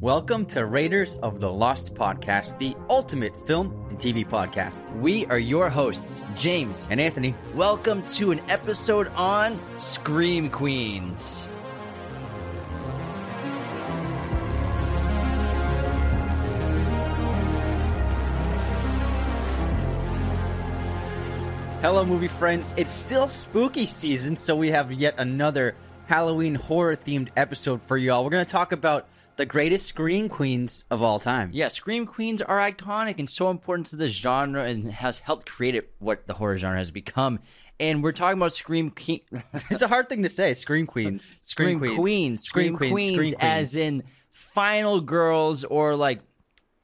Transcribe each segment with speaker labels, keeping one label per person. Speaker 1: Welcome to Raiders of the Lost Podcast, the ultimate film and TV podcast.
Speaker 2: We are your hosts, James,
Speaker 1: And Anthony,
Speaker 2: and welcome to an episode on Scream Queens.
Speaker 1: hello, movie friends. It's still spooky season, so we have yet another Halloween horror themed episode for y'all. We're going to talk about the greatest scream queens of all time.
Speaker 2: Yeah, Scream Queens are iconic and so important to the genre and has helped create it what the horror genre has become. And we're talking about Scream Queen.
Speaker 1: It's a hard thing to say, scream queens,
Speaker 2: Scream Queens, Scream Queens, as in final girls or like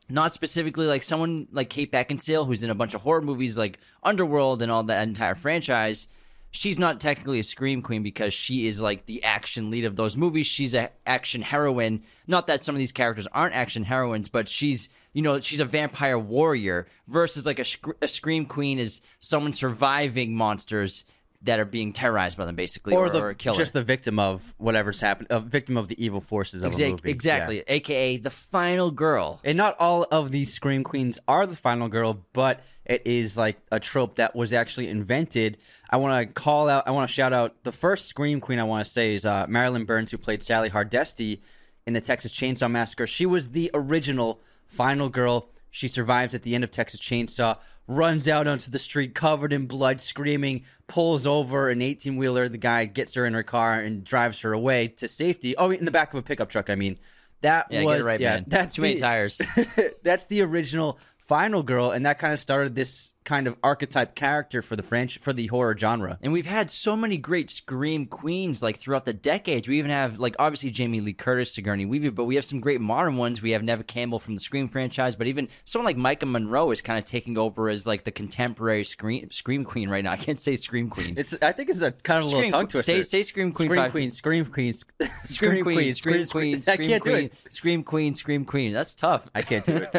Speaker 2: not specifically like someone like Kate Beckinsale who's in a bunch of horror movies like Underworld and all that entire franchise. She's not technically a scream queen because she is like the action lead of those movies. She's an action heroine. Not that some of these characters aren't action heroines, but she's you know she's a vampire warrior versus like a, sc- a scream queen is someone surviving monsters that are being terrorized by them basically or,
Speaker 1: or the
Speaker 2: or a killer.
Speaker 1: just the victim of whatever's happened, a victim of the evil forces of
Speaker 2: Exac-
Speaker 1: a movie.
Speaker 2: Exactly. AKA the final girl.
Speaker 1: And not all of these scream queens are the final girl, but it is like a trope that was actually invented. I want to call out, I want to shout out the first scream queen I want to say is uh, Marilyn Burns, who played Sally Hardesty in the Texas Chainsaw Massacre. She was the original final girl. She survives at the end of Texas Chainsaw, runs out onto the street covered in blood, screaming, pulls over an 18 wheeler. The guy gets her in her car and drives her away to safety. Oh, in the back of a pickup truck, I mean. That
Speaker 2: Yeah,
Speaker 1: was
Speaker 2: get it right,
Speaker 1: yeah,
Speaker 2: man.
Speaker 1: That's
Speaker 2: Too many
Speaker 1: the-
Speaker 2: tires.
Speaker 1: that's the original final girl and that kind of started this kind of archetype character for the french for the horror genre
Speaker 2: And we've had so many great scream queens like throughout the decades. We even have like obviously Jamie Lee Curtis, Sigourney Weaver, but we have some great modern ones. We have Neva Campbell from the Scream franchise, but even someone like Micah Monroe is kind of taking over as like the contemporary scream scream queen right now. I can't say scream queen.
Speaker 1: it's i think it's a kind of a little
Speaker 2: Scream-
Speaker 1: tongue twister
Speaker 2: Say, say scream queen.
Speaker 1: scream
Speaker 2: five-
Speaker 1: queen scream queen sc-
Speaker 2: Scream queen. Scream queen.
Speaker 1: i
Speaker 2: Scream
Speaker 1: can't do
Speaker 2: queen.
Speaker 1: it
Speaker 2: Scream queen. Scream queen. That's tough.
Speaker 1: i can't do it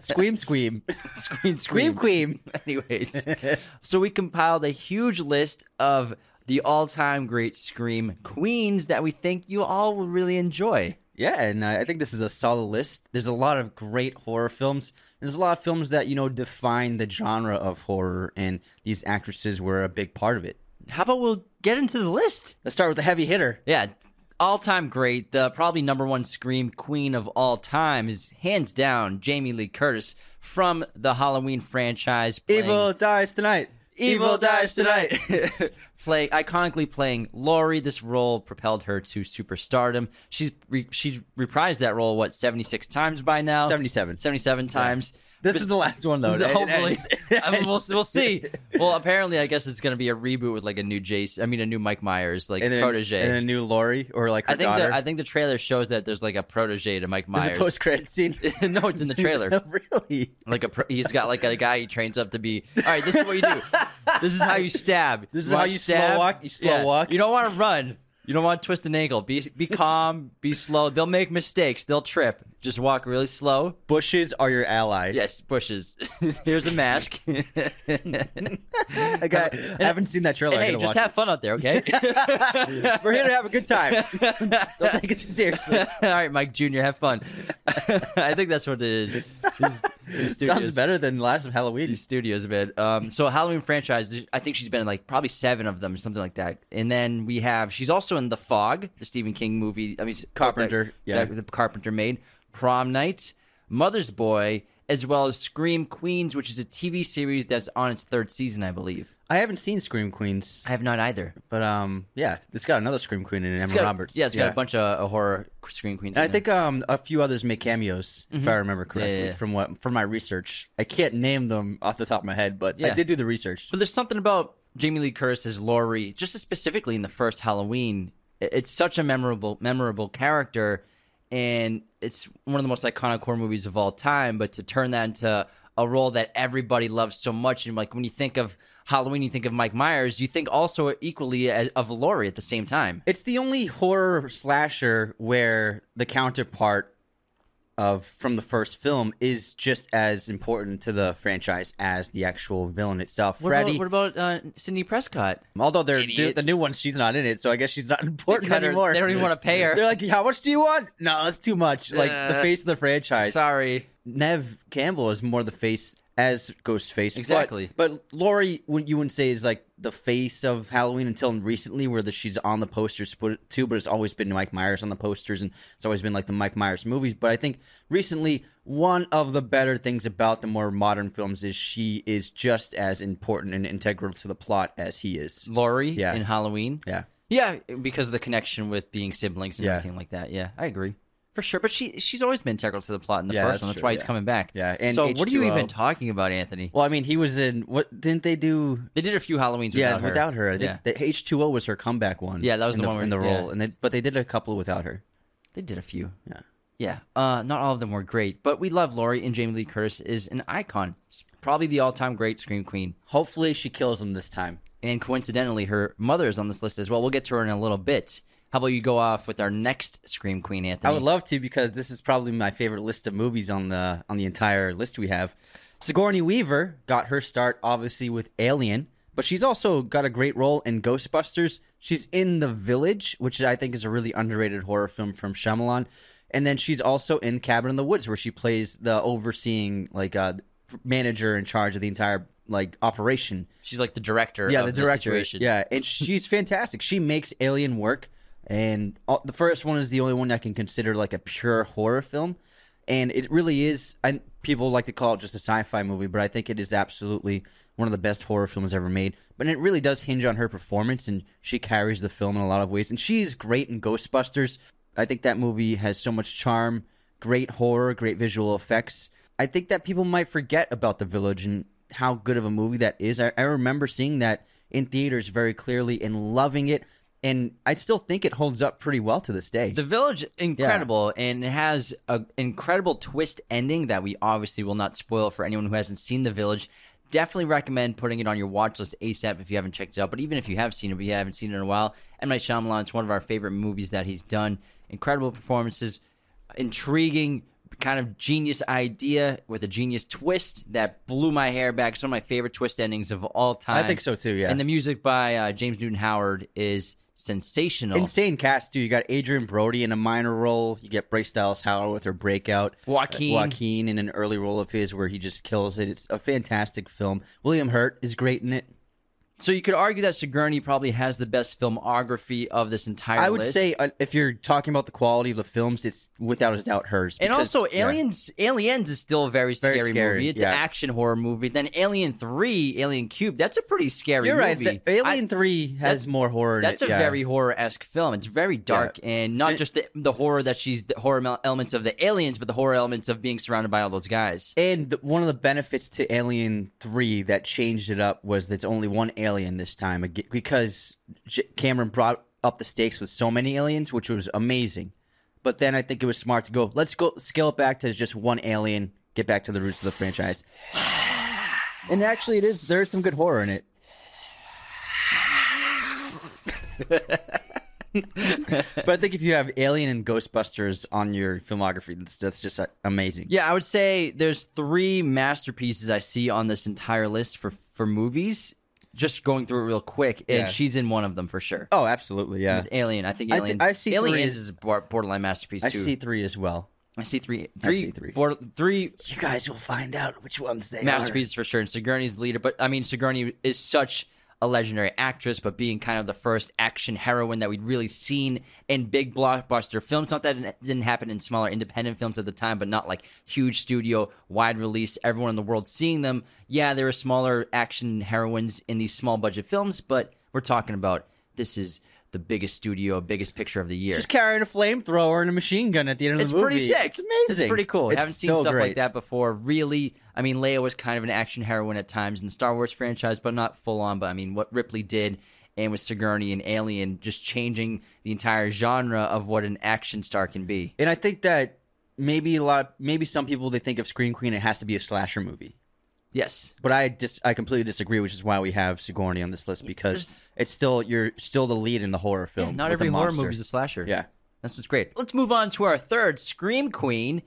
Speaker 1: squeam squeam
Speaker 2: Scream
Speaker 1: scream queen
Speaker 2: Anyways, so we compiled a huge list of the all-time great Scream queens that we think you all will really enjoy.
Speaker 1: Yeah, and uh, I think this is a solid list. There's a lot of great horror films. There's a lot of films that, you know, define the genre of horror, and these actresses were a big part of it.
Speaker 2: How about we'll get into the list?
Speaker 1: Let's start with the heavy hitter.
Speaker 2: Yeah, all-time great, the probably number one Scream queen of all time is hands down Jamie Lee Curtis from the Halloween franchise. playing-
Speaker 1: Evil dies tonight.
Speaker 2: Evil dies tonight. Play iconically playing Laurie. This role propelled her to superstardom. She's re, she reprised that role what seventy six times by now.
Speaker 1: 77.
Speaker 2: 77 times.
Speaker 1: This is the last one, though.
Speaker 2: So
Speaker 1: It- it
Speaker 2: hopefully,
Speaker 1: ends-
Speaker 2: I mean, we'll, we'll see. Well, apparently, I guess it's going to be a reboot with like a new Jason. I mean, a new Mike Myers, like
Speaker 1: and a,
Speaker 2: protege.
Speaker 1: and a new Lori or like her
Speaker 2: I think
Speaker 1: daughter.
Speaker 2: the, I think the trailer shows that there's like a protege to Mike
Speaker 1: There's
Speaker 2: Myers.
Speaker 1: a post credit scene.
Speaker 2: no, it's in the trailer.
Speaker 1: really?
Speaker 2: Like a, pro- he's got like a guy he trains up to be. All right, this is what you do. This is how you stab.
Speaker 1: This is
Speaker 2: wanna
Speaker 1: how you slow walk? You slow walk?
Speaker 2: You don't want to run. You don't want to twist an ankle. Be be calm. Be slow. They'll make mistakes. They'll trip. Just walk really slow.
Speaker 1: Bushes are your ally.
Speaker 2: Yes, bushes. Here's a mask.
Speaker 1: Oh,
Speaker 2: and
Speaker 1: I, got- I haven't seen that trailer. I
Speaker 2: hey,
Speaker 1: gotta
Speaker 2: just
Speaker 1: watch
Speaker 2: have fun out there, okay?
Speaker 1: it. We're here to have a good time. Don't take it too seriously.
Speaker 2: All right, Mike Jr., have fun. I think that's what it is. These
Speaker 1: Sounds
Speaker 2: studios.
Speaker 1: better than last of Halloween.
Speaker 2: These studios, man. Um, so Halloween franchise, I think she's been in like probably seven of them, something like that. And then we have she's also in The Fog, the Stephen King movie. I mean,
Speaker 1: Carpenter,
Speaker 2: that-
Speaker 1: yeah.
Speaker 2: that the Carpenter made Prom Night, Mother's Boy, as well as Scream Queens, which is a TV series that's on its third season, I believe.
Speaker 1: I haven't seen Scream Queens,
Speaker 2: I have not either.
Speaker 1: but um, yeah, it's got another Scream Queen in it, Emma
Speaker 2: It's got-
Speaker 1: Roberts.
Speaker 2: Yeah, it's got a bunch of uh, horror Scream Queens.
Speaker 1: And I
Speaker 2: in there.
Speaker 1: think um, a few others make cameos, if I remember correctly,
Speaker 2: yeah, yeah.
Speaker 1: from what from my research. I can't name them off the top of my head, but I
Speaker 2: Yeah.
Speaker 1: did do the research.
Speaker 2: But there's something about Jamie Lee Curtis as Laurie, just specifically in the first Halloween. i- It's such a memorable, memorable character, and it's one of the most iconic horror movies of all time. But to turn that into a role that everybody loves so much, and like when you think of Halloween, you think of Mike Myers, you think also equally as, of Laurie at the same time.
Speaker 1: It's the only horror slasher where the counterpart of from the first film is just as important to the franchise as the actual villain itself.
Speaker 2: What
Speaker 1: Freddy,
Speaker 2: about, what about uh, Sydney Prescott?
Speaker 1: although they're
Speaker 2: Idiot.
Speaker 1: the new one, she's not in it, so I guess she's not important
Speaker 2: cut her-
Speaker 1: anymore.
Speaker 2: they don't even wanna pay her.
Speaker 1: They're like, how much do you want? No, that's too much. Like the
Speaker 2: Uh,
Speaker 1: face of the franchise.
Speaker 2: Sorry.
Speaker 1: Nev Campbell is more the face as Ghostface. but-
Speaker 2: Exactly.
Speaker 1: But, Laurie, wouldn't- you wouldn't say is like the face of Halloween until recently, where the, she's on the posters put- too, but it's always been Mike Myers on the posters, and it's always been like the Mike Myers movies. But I think recently, one of the better things about the more modern films is she is just as important and integral to the plot as he is.
Speaker 2: Laurie
Speaker 1: Yeah.
Speaker 2: in Halloween.
Speaker 1: Yeah.
Speaker 2: Yeah, because of the connection with being siblings and
Speaker 1: Yeah.
Speaker 2: everything like that. Yeah, I agree. For sure. But she she's always been integral to the plot in the
Speaker 1: Yeah,
Speaker 2: first
Speaker 1: that's
Speaker 2: one. That's
Speaker 1: true,
Speaker 2: why he's
Speaker 1: yeah.
Speaker 2: coming back.
Speaker 1: Yeah, and
Speaker 2: so what are you
Speaker 1: H2O.
Speaker 2: even talking about, Anthony?
Speaker 1: Well, I mean, he was in what? Didn't they do?
Speaker 2: They did a few Halloweens without
Speaker 1: Yeah,
Speaker 2: her.
Speaker 1: without her. I think
Speaker 2: Yeah.
Speaker 1: The H two O was her comeback one.
Speaker 2: Yeah, that was
Speaker 1: in
Speaker 2: the one where-
Speaker 1: in the
Speaker 2: yeah.
Speaker 1: role, and they, but they did a couple without her.
Speaker 2: They did a few.
Speaker 1: Yeah.
Speaker 2: Yeah. Uh, not all of them were great, but we love Laurie and Jamie Lee Curtis is an icon. She's probably the all time great Scream Queen.
Speaker 1: Hopefully, she kills him this time.
Speaker 2: And coincidentally, her mother is on this list as well. We'll get to her in a little bit. How about you go off with our next Scream Queen, Anthony?
Speaker 1: I would love to because this is probably my favorite list of movies on the on the entire list we have. Sigourney Weaver got her start obviously with Alien, but she's also got a great role in Ghostbusters. She's in The Village, which I think is a really underrated horror film from Shyamalan, and then she's also in Cabin in the Woods, where she plays the overseeing like uh, manager in charge of the entire like operation.
Speaker 2: She's like the director
Speaker 1: yeah,
Speaker 2: of
Speaker 1: the director.
Speaker 2: situation.
Speaker 1: Yeah, and she's fantastic. She makes Alien work, and all, the first one is the only one I can consider like a pure horror film, and it really is. And people like to call it just a sci-fi movie, but I think it is absolutely one of the best horror films ever made. But it really does hinge on her performance, and she carries the film in a lot of ways. And she's great in Ghostbusters. I think that movie has so much charm, great horror, great visual effects. I think that people might forget about The Village and how good of a movie that is. I, I remember seeing that in theaters very clearly and loving it. And I still think it holds up pretty well to this day.
Speaker 2: The Village, incredible, and it has an incredible twist ending that we obviously will not spoil for anyone who hasn't seen The Village. Definitely recommend putting it on your watch list ASAP if you haven't checked it out. But even if you have seen it, but you haven't seen it in a while, M. Night Shyamalan, it's one of our favorite movies that he's done. Incredible performances, intriguing, kind of genius idea with a genius twist that blew my hair back. It's one of my favorite twist endings of all time.
Speaker 1: think so too, yeah.
Speaker 2: And the music by uh, James Newton Howard is sensational.
Speaker 1: Insane cast too. You got Adrian Brody in a minor role. You get Bryce Dallas Howard with her breakout. Uh,
Speaker 2: Joaquin.
Speaker 1: Joaquin in an early role of his where he just kills it. It's a fantastic film. William Hurt is great in it.
Speaker 2: So you could argue that Sigourney probably has the best filmography of this entire.
Speaker 1: I would
Speaker 2: list.
Speaker 1: say uh, if you're talking about the quality of the films, it's without a doubt hers.
Speaker 2: and
Speaker 1: because-
Speaker 2: also
Speaker 1: yeah.
Speaker 2: Aliens. Aliens is still a very scary,
Speaker 1: Very scary,
Speaker 2: movie. It's
Speaker 1: yeah.
Speaker 2: an action horror movie. Then Alien Three, Alien Cube. That's a pretty scary.
Speaker 1: You're right.
Speaker 2: movie.
Speaker 1: the- Alien
Speaker 2: I-
Speaker 1: Three has
Speaker 2: that's-
Speaker 1: more horror. in
Speaker 2: That's
Speaker 1: it,
Speaker 2: a
Speaker 1: yeah.
Speaker 2: very horror esque film. It's very dark and not just the, the horror that she's the horror mel- elements of the aliens, but the horror elements of being surrounded by all those guys.
Speaker 1: And the, one of the benefits to Alien 3 that changed it up was that it's only one alien this time ag- because J- Cameron brought up the stakes with so many aliens, which was amazing. But then I think it was smart to go, let's go scale it back to just one alien, get back to the roots of the franchise. And actually, it is. There is some good horror in it. but I think if you have Alien and Ghostbusters on your filmography, that's, that's just uh, amazing.
Speaker 2: Yeah, I would say there's three masterpieces I see on this entire list for for movies. Just going through it real quick, and
Speaker 1: Yeah.
Speaker 2: she's in one of them for sure.
Speaker 1: Oh, absolutely. Yeah.
Speaker 2: With Alien, I think
Speaker 1: I thi-
Speaker 2: Alien.
Speaker 1: I see
Speaker 2: Aliens
Speaker 1: three-
Speaker 2: is a bor- borderline masterpiece
Speaker 1: I
Speaker 2: too.
Speaker 1: see three as well.
Speaker 2: I see three,
Speaker 1: I
Speaker 2: three,
Speaker 1: see three.
Speaker 2: bor- three
Speaker 1: You guys will find out which ones they
Speaker 2: masterpieces for sure. And Sigourney's the leader, but I mean Sigourney is such a legendary actress, but being kind of the first action heroine that we'd really seen in big blockbuster films. Not that it didn't happen in smaller independent films at the time, but not like huge studio wide release. Everyone in the world seeing them. Yeah, there were smaller action heroines in these small budget films, but we're talking about this is the biggest studio, biggest picture of the year.
Speaker 1: Just carrying a flamethrower and a machine gun at the end of
Speaker 2: It's
Speaker 1: the movie.
Speaker 2: pretty sick.
Speaker 1: It's amazing.
Speaker 2: It's pretty cool.
Speaker 1: It's
Speaker 2: Haven't seen
Speaker 1: so
Speaker 2: stuff
Speaker 1: great.
Speaker 2: like that before. Really, I mean, Leia was kind of an action heroine at times in the Star Wars franchise, but not full on. But I mean, what Ripley did and with Sigourney and Alien, just changing the entire genre of what an action star can be.
Speaker 1: And I think that maybe a lot, maybe some people they think of Scream Queen, it has to be a slasher movie.
Speaker 2: Yes.
Speaker 1: But I dis- I completely disagree, which is why we have Sigourney on this list because it's still you're still the lead in the horror film.
Speaker 2: Not
Speaker 1: with
Speaker 2: every
Speaker 1: a
Speaker 2: horror
Speaker 1: monster.
Speaker 2: movie is a slasher.
Speaker 1: Yeah.
Speaker 2: That's what's great. Let's move on to our third Scream Queen,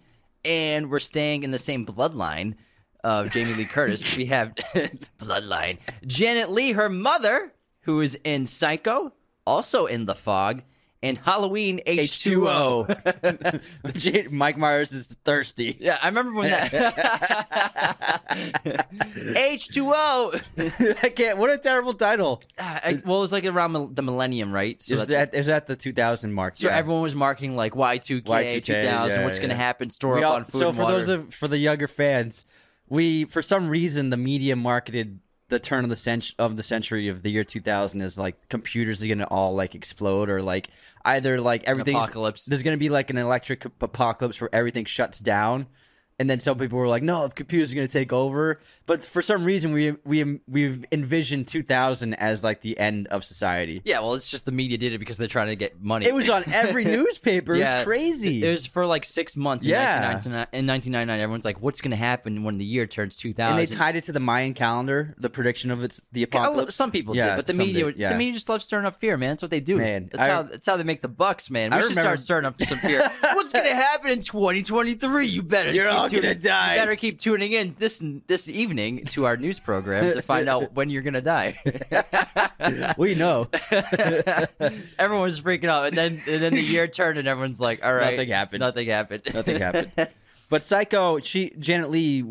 Speaker 2: and we're staying in the same bloodline of Jamie Lee Curtis. we have bloodline Janet Lee, her mother, who is in Psycho, also in The Fog, and Halloween H two O.
Speaker 1: Jan- Mike Myers is thirsty.
Speaker 2: Yeah, I remember when that H two O.
Speaker 1: I can't. What a terrible title.
Speaker 2: Well, it was like around mil- the millennium, right?
Speaker 1: is
Speaker 2: that's-
Speaker 1: that is that the 2000 mark?
Speaker 2: so
Speaker 1: Yeah.
Speaker 2: everyone was marking like Y two K
Speaker 1: Y2K,
Speaker 2: two thousand.
Speaker 1: yeah,
Speaker 2: What's going to
Speaker 1: yeah.
Speaker 2: happen? Store
Speaker 1: We
Speaker 2: up
Speaker 1: all-
Speaker 2: on food.
Speaker 1: so
Speaker 2: and
Speaker 1: for
Speaker 2: water.
Speaker 1: those of for the younger fans, we for some reason the media marketed the turn of the century of the century of the year 2000 as like computers are going to all like explode or like either like everything
Speaker 2: apocalypse.
Speaker 1: there's going to be like an electric apocalypse where everything shuts down and then some people were like no the computers are going to take over but for some reason we we we've envisioned 2000 as like the end of society
Speaker 2: yeah, well, it's just the media did it because they're trying to get money.
Speaker 1: it was on every newspaper it
Speaker 2: Yeah,
Speaker 1: was crazy
Speaker 2: It was for like six months. In
Speaker 1: Yeah.
Speaker 2: 1999, in 1999, everyone's like, "What's going to happen when the year turns 2000?"
Speaker 1: and they tied it to the Mayan calendar, the prediction of its the
Speaker 2: A lo-
Speaker 1: apocalypse.
Speaker 2: Oh, Some people
Speaker 1: yeah,
Speaker 2: do, but the
Speaker 1: some
Speaker 2: media,
Speaker 1: did, yeah.
Speaker 2: the media just loves stirring up fear, man. That's what they do.
Speaker 1: Man,
Speaker 2: that's
Speaker 1: I-
Speaker 2: how that's how they make the bucks, man. We
Speaker 1: I
Speaker 2: should
Speaker 1: remember-
Speaker 2: start stirring up some fear. What's gonna happen in 2023? You better.
Speaker 1: You're
Speaker 2: keep
Speaker 1: all gonna
Speaker 2: tuning-
Speaker 1: die.
Speaker 2: You better keep tuning in this this evening to our news program to find out when you're gonna die.
Speaker 1: we know
Speaker 2: Everyone was freaking out, and then and then the year turned, and everyone's like, "All right,
Speaker 1: Nothing happened.
Speaker 2: Nothing happened.
Speaker 1: nothing happened. But Psycho, she Janet Lee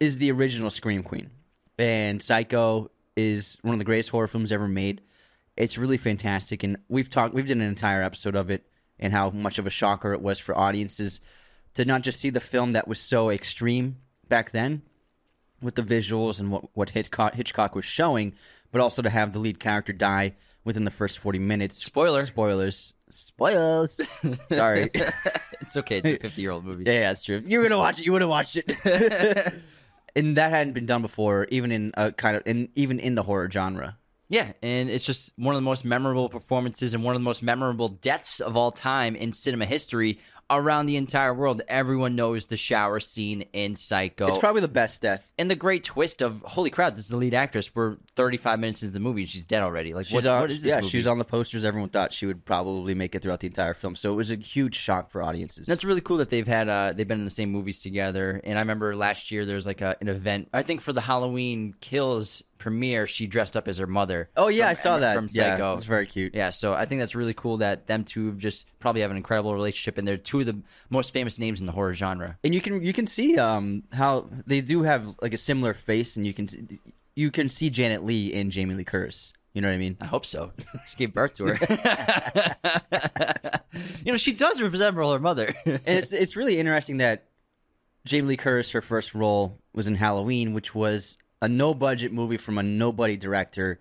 Speaker 1: is the original Scream Queen, and Psycho is one of the greatest horror films ever made. It's really fantastic, and we've talked, we've done an entire episode of it, and how much of a shocker it was for audiences to not just see the film that was so extreme back then, with the visuals and what what Hitchcock, Hitchcock was showing, but also to have the lead character die within the first forty minutes.
Speaker 2: Spoiler.
Speaker 1: spoilers, spoilers. Sorry.
Speaker 2: It's okay. It's a 50 year old movie.
Speaker 1: Yeah, yeah, that's true. If you were gonna watch it, you would have watched it. and that hadn't been done before, even in a kind of, in even in the horror genre.
Speaker 2: Yeah, and it's just one of the most memorable performances and one of the most memorable deaths of all time in cinema history around the entire world. Everyone knows the shower scene in Psycho.
Speaker 1: It's probably the best death.
Speaker 2: and the great twist of holy crap, this is the lead actress. We're 35 minutes into the movie and she's dead already. Like,
Speaker 1: She's
Speaker 2: what's,
Speaker 1: on,
Speaker 2: what is this
Speaker 1: yeah,
Speaker 2: movie?
Speaker 1: she was on the posters. Everyone thought she would probably make it throughout the entire film, so it was a huge shock for audiences.
Speaker 2: That's really cool that they've had uh, they've been in the same movies together. And I remember last year there was like a, an event. I think for the Halloween Kills premiere, she dressed up as her mother.
Speaker 1: oh yeah,
Speaker 2: from
Speaker 1: I saw
Speaker 2: Emma-
Speaker 1: that.
Speaker 2: from
Speaker 1: Yeah,
Speaker 2: Psycho.
Speaker 1: it's very cute.
Speaker 2: Yeah, so I think that's really cool that them two have just probably have an incredible relationship, and they're two of the most famous names in the horror genre.
Speaker 1: and you can you can see um how they do have like a similar face, and you can see- you can see Janet Lee in Jamie Lee Curtis. You know what I mean?
Speaker 2: I hope so. She gave birth to her. you know, she does resemble her mother.
Speaker 1: and it's it's really interesting that Jamie Lee Curtis, her first role was in Halloween, which was a no budget movie from a nobody director,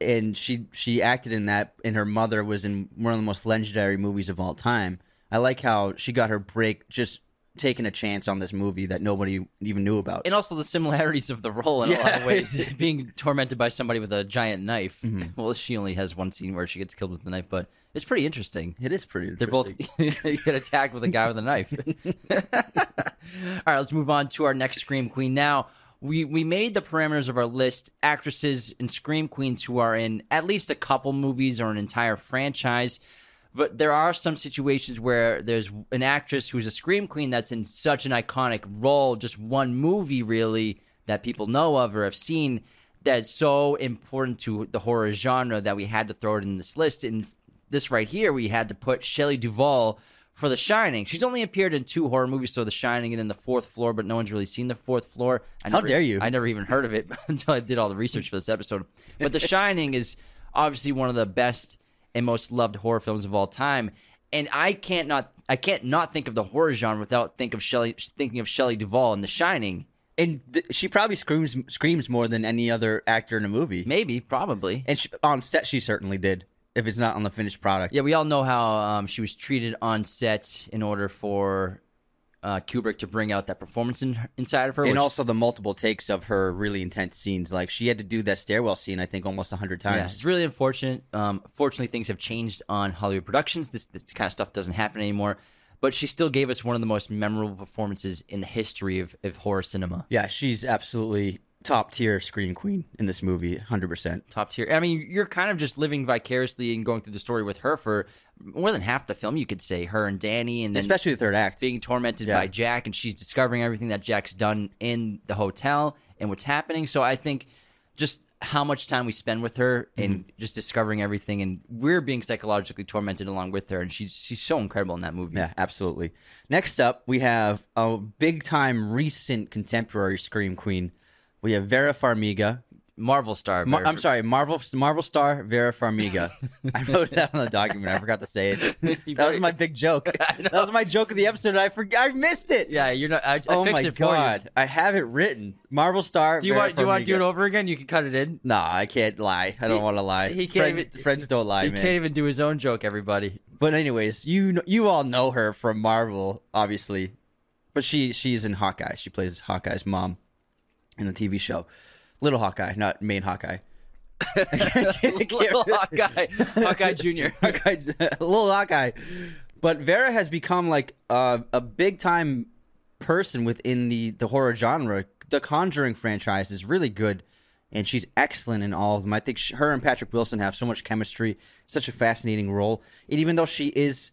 Speaker 1: and she she acted in that, and her mother was in one of the most legendary movies of all time. I like how she got her break just taking a chance on this movie that nobody even knew about.
Speaker 2: and also the similarities of the role in a lot of ways. Being tormented by somebody with a giant knife. Well, she only has one scene where she gets killed with the knife, but it's pretty interesting.
Speaker 1: It is pretty.
Speaker 2: They're both you get attacked with a guy with a knife. All right, let's move on to our next Scream Queen. Now, we we made the parameters of our list actresses and Scream Queens who are in at least a couple movies or an entire franchise. But there are some situations where there's an actress who's a Scream Queen that's in such an iconic role, just one movie really that people know of or have seen that's so important to the horror genre that we had to throw it in this list. And this right here, we had to put Shelley Duvall for The Shining. She's only appeared in two horror movies, so The Shining and then The Fourth Floor, but no one's really seen The Fourth Floor. I
Speaker 1: How dare you.
Speaker 2: I never even heard of it until I did all the research for this episode. But The Shining is obviously one of the best and most loved horror films of all time. And I can't not I can't not think of the horror genre without think of Shelley thinking of Shelley Duvall in The Shining.
Speaker 1: and th- she probably screams screams more than any other actor in a movie.
Speaker 2: Maybe, probably.
Speaker 1: And she, on set, she certainly did. If it's not on the finished product,
Speaker 2: Yeah, we all know how um, she was treated on set in order for uh, Kubrick to bring out that performance in, inside of her.
Speaker 1: and
Speaker 2: which-
Speaker 1: also the multiple takes of her really intense scenes. Like she had to do that stairwell scene, I think, almost hundred
Speaker 2: yeah,
Speaker 1: times.
Speaker 2: it's really unfortunate. Um, fortunately, things have changed on Hollywood productions. This, this kind of stuff doesn't happen anymore. But she still gave us one of the most memorable performances in the history of, of horror cinema.
Speaker 1: Yeah, she's absolutely top tier scream queen in this movie, hundred percent.
Speaker 2: top tier. I mean, you're kind of just living vicariously and going through the story with her for more than half the film. You could say her and Danny, and then
Speaker 1: Especially the third act.
Speaker 2: being tormented
Speaker 1: Yeah.
Speaker 2: by Jack, and she's discovering everything that Jack's done in the hotel and what's happening. So I think just how much time we spend with her and just discovering everything, and we're being psychologically tormented along with her, and she's she's so incredible in that movie.
Speaker 1: Yeah, absolutely. Next up, we have a big time recent contemporary scream queen. We have Vera Farmiga.
Speaker 2: Marvel star.
Speaker 1: Ma-
Speaker 2: Vera
Speaker 1: I'm sorry, Marvel Marvel star Vera Farmiga. I wrote that on the document. I forgot to say
Speaker 2: You
Speaker 1: it. That was
Speaker 2: very-
Speaker 1: my big joke. That was my joke of the episode. I forgot. I missed it.
Speaker 2: Yeah, you're not. I, I
Speaker 1: oh
Speaker 2: fixed
Speaker 1: my
Speaker 2: it for you.
Speaker 1: god, I have it written. Marvel star.
Speaker 2: Do you
Speaker 1: Vera
Speaker 2: want? Do you want to do
Speaker 1: Farmiga.
Speaker 2: it over again? You can cut it in.
Speaker 1: Nah, I can't lie. I don't
Speaker 2: He-
Speaker 1: want to lie.
Speaker 2: he can't
Speaker 1: friends,
Speaker 2: even-
Speaker 1: friends don't lie,
Speaker 2: He
Speaker 1: man.
Speaker 2: can't even do his own joke. Everybody.
Speaker 1: But anyways, you kn- you all know her from Marvel, obviously, but she she's in Hawkeye. She plays Hawkeye's mom in the TV show, Little Hawkeye, not main Hawkeye.
Speaker 2: Little Hawkeye, Hawkeye Junior.
Speaker 1: Hawkeye, Little Hawkeye. But Vera has become like a, a big time person within the the horror genre. The Conjuring franchise is really good, and she's excellent in all of them. I think sh her and Patrick Wilson have so much chemistry, such a fascinating role. And even though she is,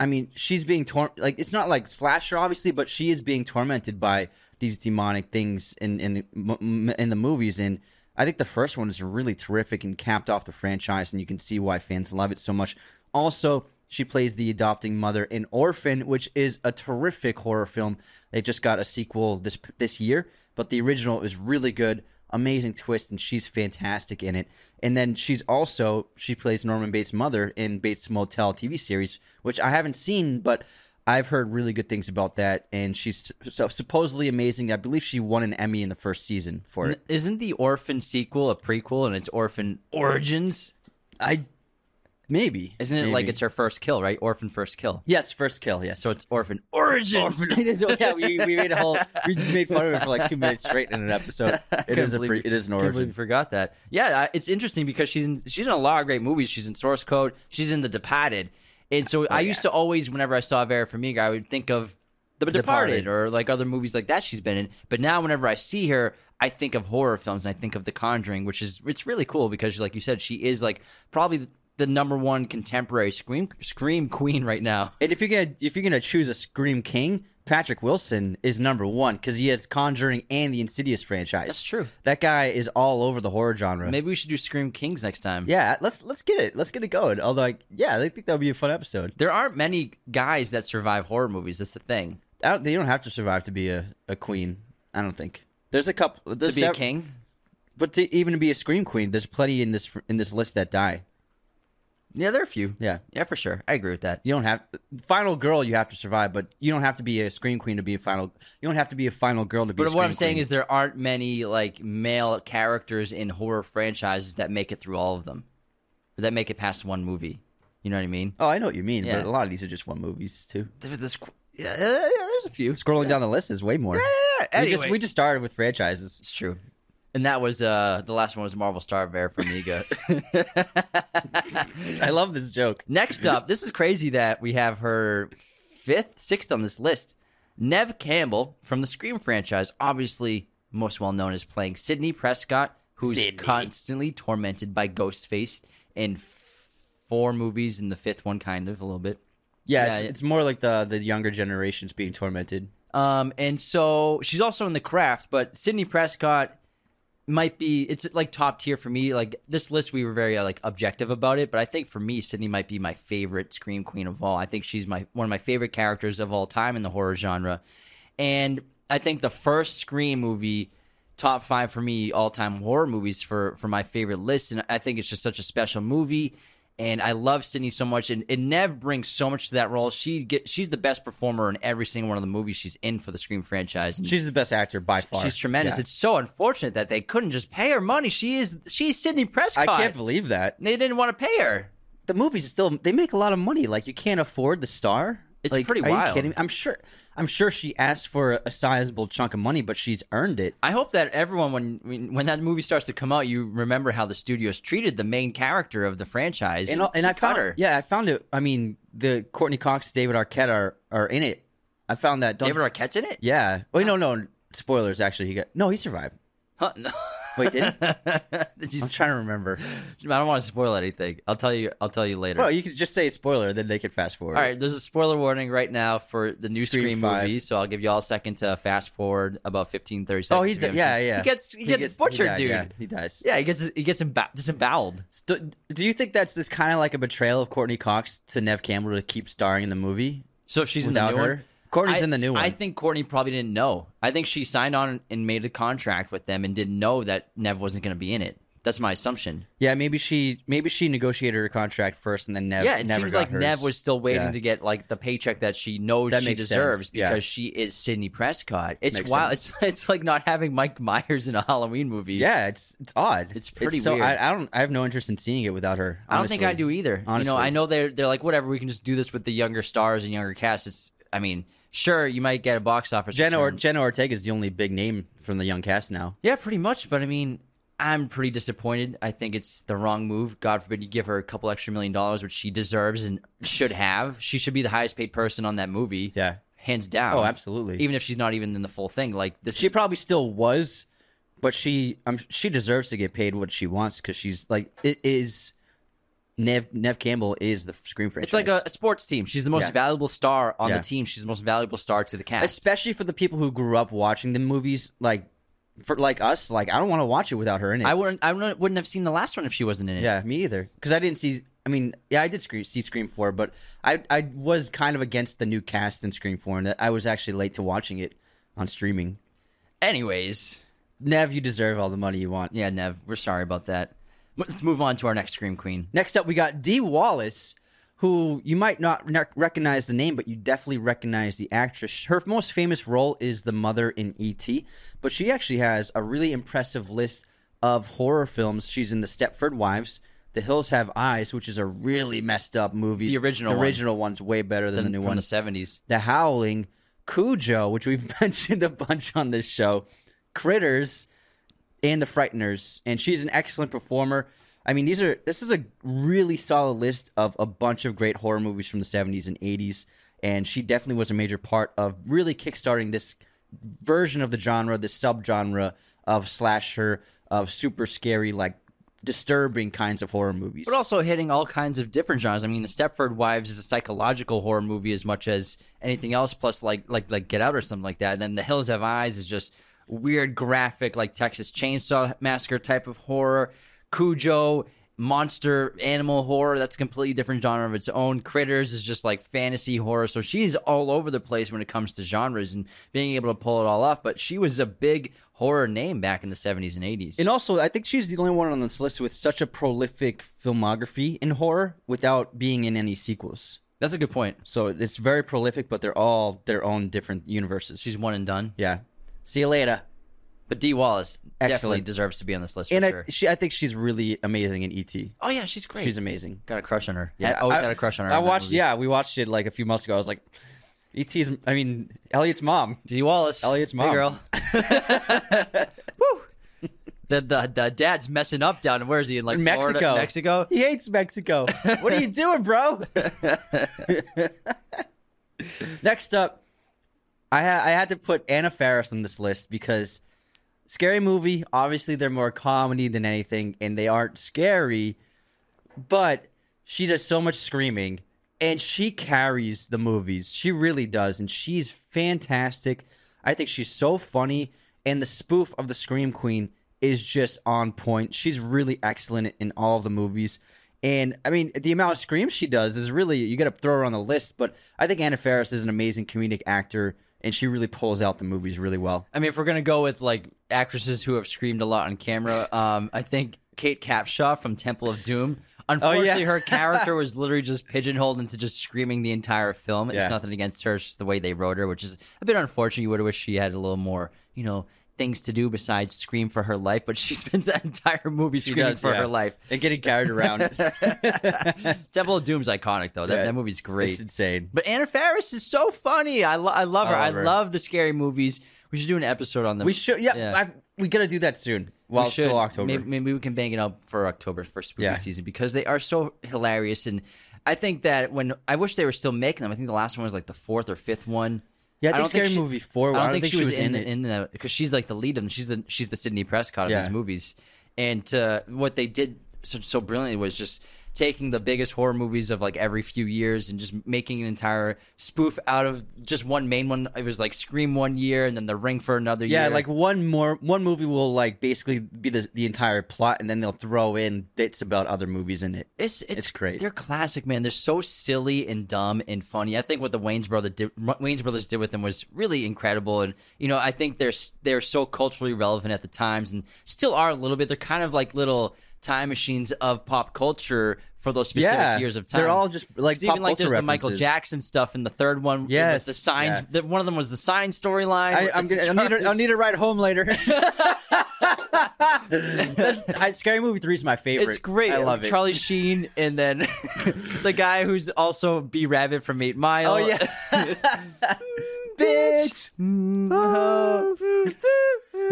Speaker 1: I mean, she's being torn like it's not like slasher obviously, but she is being tormented by these demonic things in in m- in the movies and. I think the first one is really terrific and capped off the franchise, and you can see why fans love it so much. Also, she plays the adopting mother in Orphan, which is a terrific horror film. They just got a sequel this this year, but the original is really good, amazing twist, and she's fantastic in it. And then she's also she plays Norman Bates' mother in Bates Motel TV series, which I haven't seen, but I've heard really good things about that. And she's so supposedly amazing. I believe she won an Emmy in the first season for it.
Speaker 2: Isn't the Orphan sequel a prequel and it's Orphan Origins?
Speaker 1: I maybe
Speaker 2: Isn't it like
Speaker 1: Maybe.
Speaker 2: it's her first kill, right? Orphan first kill.
Speaker 1: yes first kill yes.
Speaker 2: So it's Orphan Origins.
Speaker 1: It is- yeah, we, we made a whole we just made fun of it for like two minutes straight in an episode. It is a
Speaker 2: believe
Speaker 1: pre,
Speaker 2: you-
Speaker 1: it is an
Speaker 2: can't believe you
Speaker 1: origin.
Speaker 2: forgot that. Yeah, I- it's interesting because she's in she's in a lot of great movies. She's in Source Code. She's in The Departed. And
Speaker 1: Oh,
Speaker 2: so I used to always, whenever I saw Vera Farmiga, I would think of The Departed,
Speaker 1: Departed.
Speaker 2: or like other movies like that she's been in. But now, whenever I see her, I think of horror films and I think of The Conjuring, which is it's really cool because, like you said, she is like probably the number one contemporary scream scream queen right now.
Speaker 1: And if you're gonna if you're gonna choose a scream king, Patrick Wilson is number one because he has Conjuring and the Insidious franchise.
Speaker 2: That's true.
Speaker 1: That guy is all over the horror genre.
Speaker 2: Maybe we should do Scream Kings next time.
Speaker 1: Yeah, let's let's get it let's get it going. Although, like, yeah, I think that would be a fun episode.
Speaker 2: There aren't many guys that survive horror movies. That's the thing.
Speaker 1: I don't, they don't have to survive to be a, a queen. I don't think there's a couple
Speaker 2: To
Speaker 1: there's
Speaker 2: be a
Speaker 1: sev-
Speaker 2: king,
Speaker 1: but to even to be a scream queen, there's plenty in this fr- in this list that die.
Speaker 2: Yeah, there are a few.
Speaker 1: Yeah.
Speaker 2: Yeah, for sure. I agree with that.
Speaker 1: You don't have final girl. You have to survive, but you don't have to be a scream queen to be a final. You don't have to be a final girl to be.
Speaker 2: But
Speaker 1: a
Speaker 2: what I'm
Speaker 1: Scream
Speaker 2: saying
Speaker 1: Queen.
Speaker 2: is there aren't many like male characters in horror franchises that make it through all of them. Or that make it past one movie. You know what I mean?
Speaker 1: oh, I know what you mean,
Speaker 2: Yeah.
Speaker 1: but a lot of these are just one movies too.
Speaker 2: There- There's, yeah, yeah, yeah, there's a few.
Speaker 1: Scrolling down the list is way more.
Speaker 2: yeah,
Speaker 1: we just
Speaker 2: anyway.
Speaker 1: we just started with franchises.
Speaker 2: It's true. And that was uh the last one was Marvel Star Bear from Ego.
Speaker 1: I love this joke.
Speaker 2: Next up, this is crazy that we have her fifth, sixth on this list. Nev Campbell from the Scream franchise, obviously most well known as playing Sidney Prescott, who's
Speaker 1: Sidney.
Speaker 2: constantly tormented by Ghostface in f- four movies, and the fifth one kind of a little bit.
Speaker 1: Yeah,
Speaker 2: Yeah,
Speaker 1: it's,
Speaker 2: yeah.
Speaker 1: it's more like the the younger generations being tormented.
Speaker 2: Um, and so she's also in the craft, but Sydney Prescott might be it's like top tier for me. Like this list, we were very uh, like objective about it, but I think for me, Sydney might be my favorite scream queen of all. I think she's my one of my favorite characters of all time in the horror genre, and I think the first scream movie. Top five for me all time horror movies for for my favorite list, and I think it's just such a special movie and I love Sydney so much, and, and Nev brings so much to that role. She get she's the best performer in every single one of the movies she's in for the Scream franchise. And
Speaker 1: She's the best actor by far.
Speaker 2: she's tremendous.
Speaker 1: Yeah.
Speaker 2: It's so unfortunate that they couldn't just pay her money. She is she's Sydney
Speaker 1: I
Speaker 2: Prescott.
Speaker 1: can't believe that
Speaker 2: they didn't want to pay her.
Speaker 1: the movies still they make a lot of money. Like you can't afford the star.
Speaker 2: It's
Speaker 1: Like,
Speaker 2: pretty
Speaker 1: are
Speaker 2: wild.
Speaker 1: You kidding me? I'm sure. I'm sure she asked for a, a sizable chunk of money, but she's earned it.
Speaker 2: I hope that everyone when- when when that movie starts to come out, you remember how the studios treated the main character of the franchise.
Speaker 1: and, and I
Speaker 2: cut
Speaker 1: found
Speaker 2: her.
Speaker 1: Yeah, I found it. I mean, the Courtney Cox, David Arquette are are in it. I found that. Oh,
Speaker 2: David Arquette's in it.
Speaker 1: Yeah. Wait, no, no. Spoilers. Actually, he got no. He survived.
Speaker 2: Huh? No.
Speaker 1: Wait, did it?
Speaker 2: Did you?
Speaker 1: I'm trying to remember.
Speaker 2: I don't want to spoil anything. I'll tell you. I'll tell you later.
Speaker 1: Well, you could just say spoiler, then they could fast forward.
Speaker 2: all right, there's a spoiler warning right now for the new
Speaker 1: Scream
Speaker 2: Scream,
Speaker 1: five.
Speaker 2: movie, so I'll give you all a second to fast forward about 15, 30 seconds.
Speaker 1: Oh, he
Speaker 2: if you
Speaker 1: did.
Speaker 2: haven't
Speaker 1: Yeah,
Speaker 2: seen it.
Speaker 1: yeah.
Speaker 2: He gets he gets butchered,
Speaker 1: died,
Speaker 2: dude.
Speaker 1: Yeah,
Speaker 2: Yeah.
Speaker 1: he dies.
Speaker 2: he gets he gets emba- disemboweled.
Speaker 1: Do, do you think that's this kind of like a betrayal of Courtney Cox to Nev Campbell to keep starring in the movie
Speaker 2: So if she's
Speaker 1: without
Speaker 2: in the new
Speaker 1: her?
Speaker 2: one.
Speaker 1: Courtney's
Speaker 2: I-
Speaker 1: in the new one.
Speaker 2: I think Courtney probably didn't know. I think she signed on and made a contract with them and didn't know that Nev wasn't going to be in it. That's my assumption.
Speaker 1: yeah, maybe she maybe she negotiated her contract first, and then Nev.
Speaker 2: yeah, it
Speaker 1: never
Speaker 2: seems
Speaker 1: got
Speaker 2: like
Speaker 1: hers.
Speaker 2: Nev was still waiting
Speaker 1: Yeah.
Speaker 2: to get like the paycheck that she knows
Speaker 1: That
Speaker 2: she
Speaker 1: makes
Speaker 2: deserves
Speaker 1: sense, yeah.
Speaker 2: because she is Sydney Prescott. It's
Speaker 1: Makes
Speaker 2: wild. It's, it's like not having Mike Myers in a Halloween movie.
Speaker 1: Yeah, it's it's odd.
Speaker 2: It's pretty
Speaker 1: so,
Speaker 2: weird.
Speaker 1: I, I don't. I have no interest in seeing it without her.
Speaker 2: I don't think I
Speaker 1: honestly.
Speaker 2: do either.
Speaker 1: Honestly.
Speaker 2: You know, I know they're they're like whatever. We can just do this with the younger stars and younger cast. It's I mean, sure you might get a box office.
Speaker 1: Jenna or
Speaker 2: return.
Speaker 1: Jenna Ortega is the only big name from the young cast now.
Speaker 2: yeah, pretty much. But I mean, I'm pretty disappointed. I think it's the wrong move. God forbid you give her a couple extra million dollars, which she deserves and should have. She should be the highest paid person on that movie.
Speaker 1: Yeah.
Speaker 2: hands down.
Speaker 1: Oh, absolutely.
Speaker 2: Even if she's not even in the full thing, like this.
Speaker 1: she probably still was, but she um, she deserves to get paid what she wants because she's like it is. Nev Nev Campbell is the screen franchise.
Speaker 2: it's like a, a sports team. She's the most
Speaker 1: Yeah.
Speaker 2: valuable star on
Speaker 1: Yeah.
Speaker 2: the team. She's the most valuable star to the cast.
Speaker 1: especially for the people who grew up watching the movies like for like us like I don't want to watch it without her in it.
Speaker 2: I wouldn't. I wouldn't wouldn't have seen the last one if she wasn't in it.
Speaker 1: Yeah, me either. Because I didn't see. I mean, yeah, I did screen, see Scream Four, but I I was kind of against the new cast in Scream Four, and that I was actually late to watching it on streaming.
Speaker 2: Anyways,
Speaker 1: Nev, you deserve all the money you want.
Speaker 2: yeah, Nev, we're sorry about that. Let's move on to our next Scream Queen.
Speaker 1: Next up, we got Dee Wallace, who you might not rec- recognize the name, but you definitely recognize the actress. Her most famous role is the mother in E.T., but she actually has a really impressive list of horror films. She's in The Stepford Wives. The Hills Have Eyes, which is a really messed up movie.
Speaker 2: The original
Speaker 1: the
Speaker 2: one.
Speaker 1: original one's way better than the, new
Speaker 2: from
Speaker 1: one.
Speaker 2: the seventies.
Speaker 1: The Howling, Cujo, which we've mentioned a bunch on this show, Critters, and The Frighteners. And she's an excellent performer. I mean, these are this is a really solid list of a bunch of great horror movies from the 70s and 80s. And she definitely was a major part of really kickstarting this version of the genre, this subgenre of slasher, of super scary, like disturbing kinds of horror movies.
Speaker 2: But also hitting all kinds of different genres. I mean, The Stepford Wives is a psychological horror movie as much as anything else. Plus, like like like Get Out or something like that. And then The Hills Have Eyes is just weird, graphic, like Texas Chainsaw Massacre type of horror. Cujo, monster animal horror. That's a completely different genre of its own. Critters is just like fantasy horror. So she's all over the place when it comes to genres and being able to pull it all off. But she was a big horror name back in the seventies and eighties.
Speaker 1: And also, I think she's the only one on this list with such a prolific filmography in horror without being in any sequels.
Speaker 2: That's a good point.
Speaker 1: So it's very prolific, but they're all their own different universes.
Speaker 2: She's one and done.
Speaker 1: yeah. See you later.
Speaker 2: But D Wallace definitely
Speaker 1: Excellent.
Speaker 2: deserves to be on this list for
Speaker 1: And I,
Speaker 2: sure.
Speaker 1: she, I think she's really amazing in ET.
Speaker 2: oh yeah, she's great.
Speaker 1: She's amazing.
Speaker 2: got a crush on her. Yeah, I always
Speaker 1: I-
Speaker 2: got a crush on her.
Speaker 1: I
Speaker 2: in that
Speaker 1: watched.
Speaker 2: movie.
Speaker 1: Yeah, we watched it like a few months ago. I was like, ET's. I mean, Elliot's mom.
Speaker 2: D Wallace,
Speaker 1: Elliot's
Speaker 2: Hey,
Speaker 1: mom.
Speaker 2: girl. Woo. The, the the dad's messing up down. Where is he in like
Speaker 1: In
Speaker 2: Florida?
Speaker 1: Mexico.
Speaker 2: Mexico.
Speaker 1: He hates Mexico. what are you doing, bro? Next up, I ha- I had to put Anna Faris on this list because scary movie. Obviously, they're more comedy than anything, and they aren't scary. But she does so much screaming, and she carries the movies. She really does, and she's fantastic. I think she's so funny, and the spoof of the Scream Queen is just on point. She's really excellent in all of the movies. And I mean, the amount of screams she does is really, you got to throw her on the list. But I think Anna Faris is an amazing comedic actor, and she really pulls out the movies really well.
Speaker 2: I mean, if we're gonna go with like actresses who have screamed a lot on camera, um, I think Kate Capshaw from Temple of
Speaker 1: Oh,
Speaker 2: Doom. Unfortunately, her character was literally just pigeonholed into just screaming the entire film.
Speaker 1: Yeah.
Speaker 2: It's nothing against her; it's just the way they wrote her, which is a bit unfortunate. You would have wished she had a little more, you know, things to do besides scream for her life. But she spends that entire movie
Speaker 1: She
Speaker 2: screaming
Speaker 1: does,
Speaker 2: for
Speaker 1: yeah.
Speaker 2: her life.
Speaker 1: And getting carried around.
Speaker 2: Temple of Doom's iconic, though. That,
Speaker 1: Yeah.
Speaker 2: that movie's great.
Speaker 1: it's insane.
Speaker 2: but Anna Faris is so funny. I, lo- I love her.
Speaker 1: I
Speaker 2: I
Speaker 1: love
Speaker 2: love,
Speaker 1: her.
Speaker 2: the scary movies. We should do an episode on them.
Speaker 1: We should, yeah,
Speaker 2: Yeah.
Speaker 1: I've, we got to do that soon while
Speaker 2: We
Speaker 1: it's still
Speaker 2: should.
Speaker 1: October.
Speaker 2: Maybe, maybe we can bang it up for October for spooky
Speaker 1: Yeah.
Speaker 2: season because they are so hilarious. And I think that when I wish they were still making them. I think the last one was like the fourth or fifth one.
Speaker 1: Yeah, I think
Speaker 2: I don't think
Speaker 1: Scary
Speaker 2: she-
Speaker 1: Movie Four.
Speaker 2: I don't, think, she was, in
Speaker 1: it.
Speaker 2: the, in the because she's like the lead of them. She's the she's the Sydney Prescott of
Speaker 1: Yeah.
Speaker 2: these movies. And uh, what they did so, so brilliantly was just taking the biggest horror movies of like every few years and just making an entire spoof out of just one main one. It was like Scream one year and then The Ring for another
Speaker 1: yeah,
Speaker 2: year.
Speaker 1: like one more one movie will like basically be the the entire plot, and then they'll throw in bits about other movies in it.
Speaker 2: It's, it's
Speaker 1: It's great.
Speaker 2: They're classic, man. They're so silly and dumb and funny. I think what the Wayne's brother did, Wayne's brothers did with them was really incredible. And you know, I think they're s- they're so culturally relevant at the times and still are a little bit. They're kind of like little time machines of pop culture for those specific
Speaker 1: Yeah,
Speaker 2: years of time.
Speaker 1: they're all just, like,
Speaker 2: 'Cause
Speaker 1: pop
Speaker 2: even like
Speaker 1: culture
Speaker 2: there's the Michael
Speaker 1: references.
Speaker 2: Jackson stuff in the third one. with
Speaker 1: Yes,
Speaker 2: the signs.
Speaker 1: yeah.
Speaker 2: The, one of them was the sign storyline.
Speaker 1: I,
Speaker 2: with
Speaker 1: I'm
Speaker 2: the
Speaker 1: gonna. I'll need, a, I'll
Speaker 2: guitars.
Speaker 1: need a ride home later. That's, I, Scary Movie Three is my favorite.
Speaker 2: It's great.
Speaker 1: I love it.
Speaker 2: Charlie Sheen and then the guy who's also B Rabbit from Eight Mile.
Speaker 1: Oh yeah,
Speaker 2: bitch.
Speaker 1: Oh,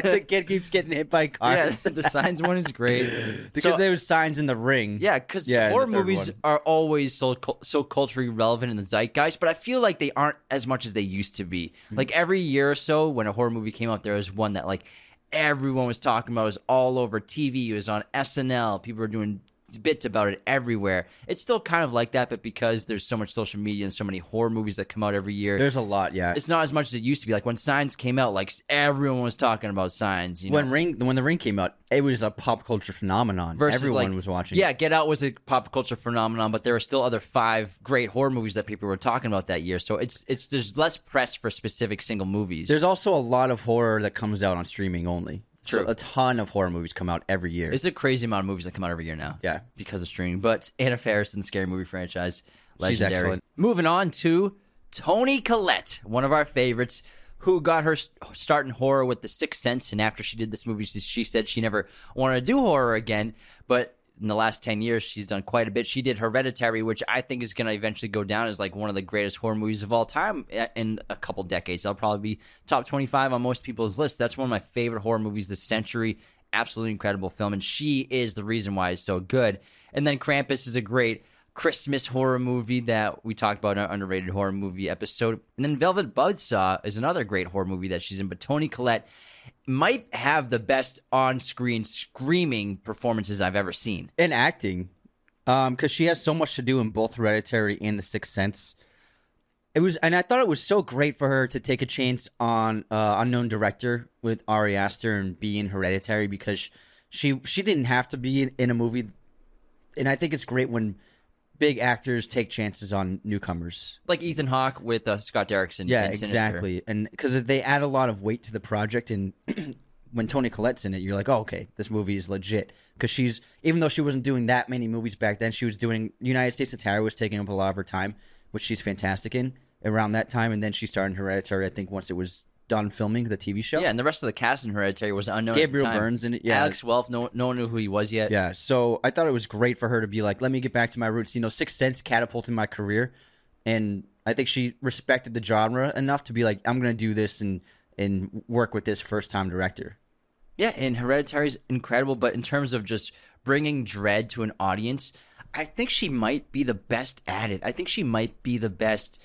Speaker 1: the kid keeps getting hit by
Speaker 2: yeah,
Speaker 1: cars
Speaker 2: the signs one is great.
Speaker 1: because
Speaker 2: so,
Speaker 1: there was signs in the ring.
Speaker 2: yeah, because
Speaker 1: Yeah, in
Speaker 2: horror
Speaker 1: the third
Speaker 2: movies
Speaker 1: one.
Speaker 2: are always so cul- so culturally relevant in the zeitgeist, but I feel like they aren't as much as they used to be.
Speaker 1: Hmm.
Speaker 2: Like every year or so, when a horror movie came out, there was one that like everyone was talking about. It was all over TV. It was on SNL. People were doing bits about it everywhere. It's still kind of like that, but because there's so much social media and so many horror movies that come out every year,
Speaker 1: there's a lot. Yeah,
Speaker 2: it's not as much as it used to be. Like when Signs came out, like everyone was talking about Signs. You know?
Speaker 1: when ring when the ring came out, it was a pop culture phenomenon.
Speaker 2: versus
Speaker 1: Everyone
Speaker 2: like-
Speaker 1: was watching.
Speaker 2: Yeah, Get Out was a pop culture phenomenon, but there were still other five great horror movies that people were talking about that year. So it's it's there's less press for specific single movies.
Speaker 1: There's also a lot of horror that comes out on streaming only. So
Speaker 2: True.
Speaker 1: a ton of horror movies come out every year.
Speaker 2: it's a crazy amount of movies that come out every year now.
Speaker 1: Yeah.
Speaker 2: because of streaming. But Anna Faris and the Scary Movie franchise, legendary.
Speaker 1: excellent.
Speaker 2: Moving on to Tony Collette, one of our favorites, who got her st- start in horror with The Sixth Sense, and after she did this movie, she, she said she never wanted to do horror again. But in the last ten years, she's done quite a bit. She did Hereditary, which I think is going to eventually go down as like one of the greatest horror movies of all time uh, in a couple decades. That'll probably be top twenty-five on most people's list. That's one of my favorite horror movies this century absolutely incredible film, and she is the reason why it's so good. And then Krampus is a great Christmas horror movie that we talked about in our underrated horror movie episode. And then Velvet Buzzsaw is another great horror movie that she's in, but Tony Collette might have the best on screen screaming performances I've ever seen.
Speaker 1: and acting, because she has so much to do in both Hereditary and The Sixth Sense. It was, and I thought it was so great for her to take a chance on uh, unknown director with Ari Aster and be in Hereditary because she she didn't have to be in, in a movie, and I think it's great when big actors take chances on newcomers.
Speaker 2: Like Ethan Hawke with uh, Scott Derrickson.
Speaker 1: Yeah,
Speaker 2: in Sinister.
Speaker 1: exactly. And because they add a lot of weight to the project, and when Tony Collette's in it, you're like, oh, okay, this movie is legit. Because she's even though she wasn't doing that many movies back then, she was doing United States of Terror was taking up a lot of her time, which she's fantastic in around that time. And then she starred in Hereditary, I think, once it was done filming the TV show.
Speaker 2: Yeah, and the rest of the cast in Hereditary was unknown.
Speaker 1: Gabriel
Speaker 2: at the time.
Speaker 1: Byrne's in it, yeah.
Speaker 2: Alex Welf, no, no one knew who he was yet.
Speaker 1: Yeah, so I thought it was great for her to be like, let me get back to my roots. You know, Sixth Sense catapulted my career, and I think she respected the genre enough to be like, I'm gonna do this and and work with this first time director.
Speaker 2: Yeah, and Hereditary is incredible, but in terms of just bringing dread to an audience, I think she might be the best at it. I think she might be the best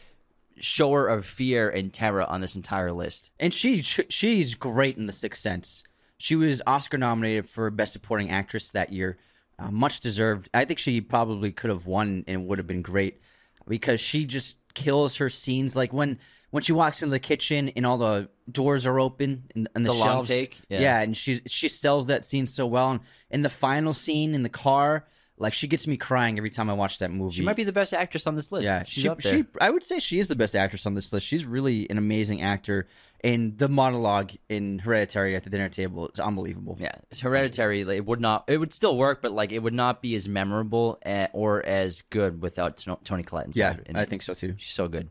Speaker 2: shower of fear and terror on this entire list.
Speaker 1: And she she's great in The Sixth Sense. She was Oscar nominated for Best Supporting Actress that year, uh, much deserved. I think she probably could have won and would have been great because she just kills her scenes. Like when when she walks into the kitchen and all the doors are open and, and the,
Speaker 2: The long
Speaker 1: shelves-
Speaker 2: take?
Speaker 1: yeah.
Speaker 2: Yeah.
Speaker 1: and she she sells that scene so well. And in the final scene in the car, like she gets me crying every time I watch that movie.
Speaker 2: She might be the best actress on this list.
Speaker 1: Yeah,
Speaker 2: she's
Speaker 1: she,
Speaker 2: up there.
Speaker 1: she. I would say she is the best actress on this list. She's really an amazing actor, and the monologue in Hereditary at the dinner table is unbelievable.
Speaker 2: yeah, it's Hereditary. Like, it would not. It would still work, but like it would not be as memorable eh, or as good without Ton- Tony Collette.
Speaker 1: yeah,
Speaker 2: Inside.
Speaker 1: I think so too.
Speaker 2: she's so good.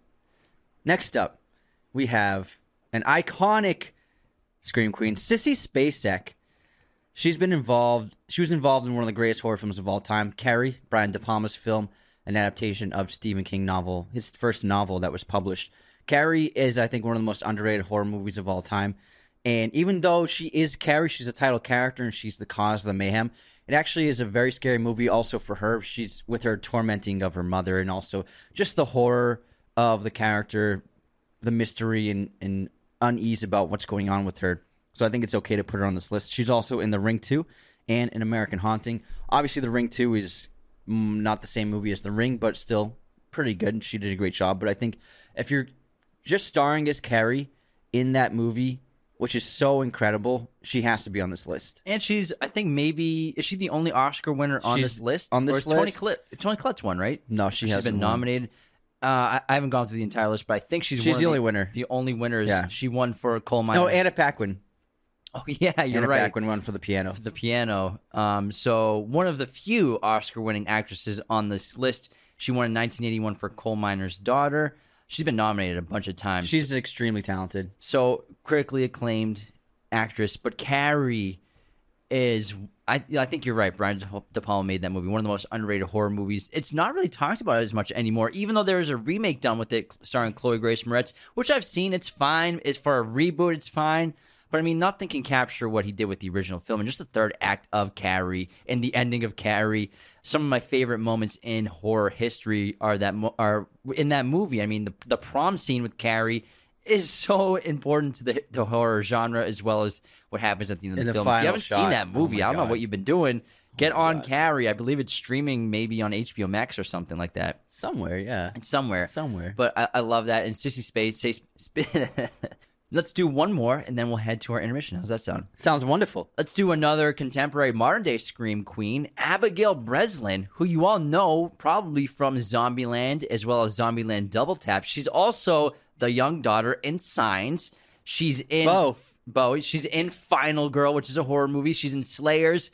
Speaker 1: Next up, we have an iconic scream queen, Sissy Spacek. She's been involved. She was involved in one of the greatest horror films of all time, Carrie, Brian De Palma's film, an adaptation of Stephen King novel, his first novel that was published. Carrie is, I think, one of the most underrated horror movies of all time. And even though she is Carrie, she's a title character and she's the cause of the mayhem. It actually is a very scary movie, also for her. She's with her tormenting of her mother, and also just the horror of the character the mystery and, and unease about what's going on with her. So I think it's okay to put her on this list. She's also in The Ring 2 and in American Haunting. Obviously, The Ring 2 is mm, not the same movie as The Ring, but still pretty good. And she did a great job. But I think if you're just starring as Carrie in that movie, which is so incredible, she has to be on this list.
Speaker 2: And she's, I think maybe is she the only Oscar winner on
Speaker 1: She's
Speaker 2: this list?
Speaker 1: on
Speaker 2: Or
Speaker 1: this
Speaker 2: is Tony
Speaker 1: list?
Speaker 2: Clip, Tony Clut's one, right?
Speaker 1: No, she
Speaker 2: She's
Speaker 1: hasn't
Speaker 2: been
Speaker 1: won.
Speaker 2: nominated. Uh, I, I haven't gone through the entire list, but I think she's
Speaker 1: She's
Speaker 2: one of
Speaker 1: the only winner.
Speaker 2: The only winner is
Speaker 1: Yeah.
Speaker 2: she won for Coal Mine.
Speaker 1: No, Anna Paquin.
Speaker 2: oh yeah, you're
Speaker 1: Anna
Speaker 2: right.
Speaker 1: Paquin won for the piano.
Speaker 2: the piano. Um, so one of the few Oscar-winning actresses on this list. She won in 1981 for Coal Miner's Daughter. She's been nominated a bunch of times.
Speaker 1: She's extremely talented.
Speaker 2: so critically acclaimed actress, but Carrie is. I, I think you're right. Brian De Palma made that movie, one of the most underrated horror movies. It's not really talked about as much anymore, even though there is a remake done with it starring Chloe Grace Moretz, which I've seen. It's fine. It's for a reboot. It's fine. But I mean, nothing can capture what he did with the original film, and just the third act of Carrie and the ending of Carrie. Some of my favorite moments in horror history are that mo- are in that movie. I mean, the the prom scene with Carrie is so important to the, the horror genre as well as what happens at the end of
Speaker 1: In
Speaker 2: the,
Speaker 1: the
Speaker 2: film. if you
Speaker 1: final
Speaker 2: haven't seen
Speaker 1: shot.
Speaker 2: that
Speaker 1: Oh
Speaker 2: movie,
Speaker 1: my
Speaker 2: I don't know
Speaker 1: God. Oh
Speaker 2: what you've been doing. Get on Carrie. I believe it's streaming maybe on HBO Max or something like that.
Speaker 1: Somewhere, yeah.
Speaker 2: It's somewhere.
Speaker 1: Somewhere.
Speaker 2: But I, I love that. And Sissy Space. Say, sp- Let's do one more and then we'll head to our intermission. How's that sound?
Speaker 1: Sounds wonderful.
Speaker 2: Let's do another contemporary modern day Scream Queen, Abigail Breslin, who you all know probably from Zombieland as well as Zombieland Double Tap. She's also the young daughter in Signs. She's in
Speaker 1: Bo.
Speaker 2: Bo. She's in Final Girl, which is a horror movie. She's in Slayers,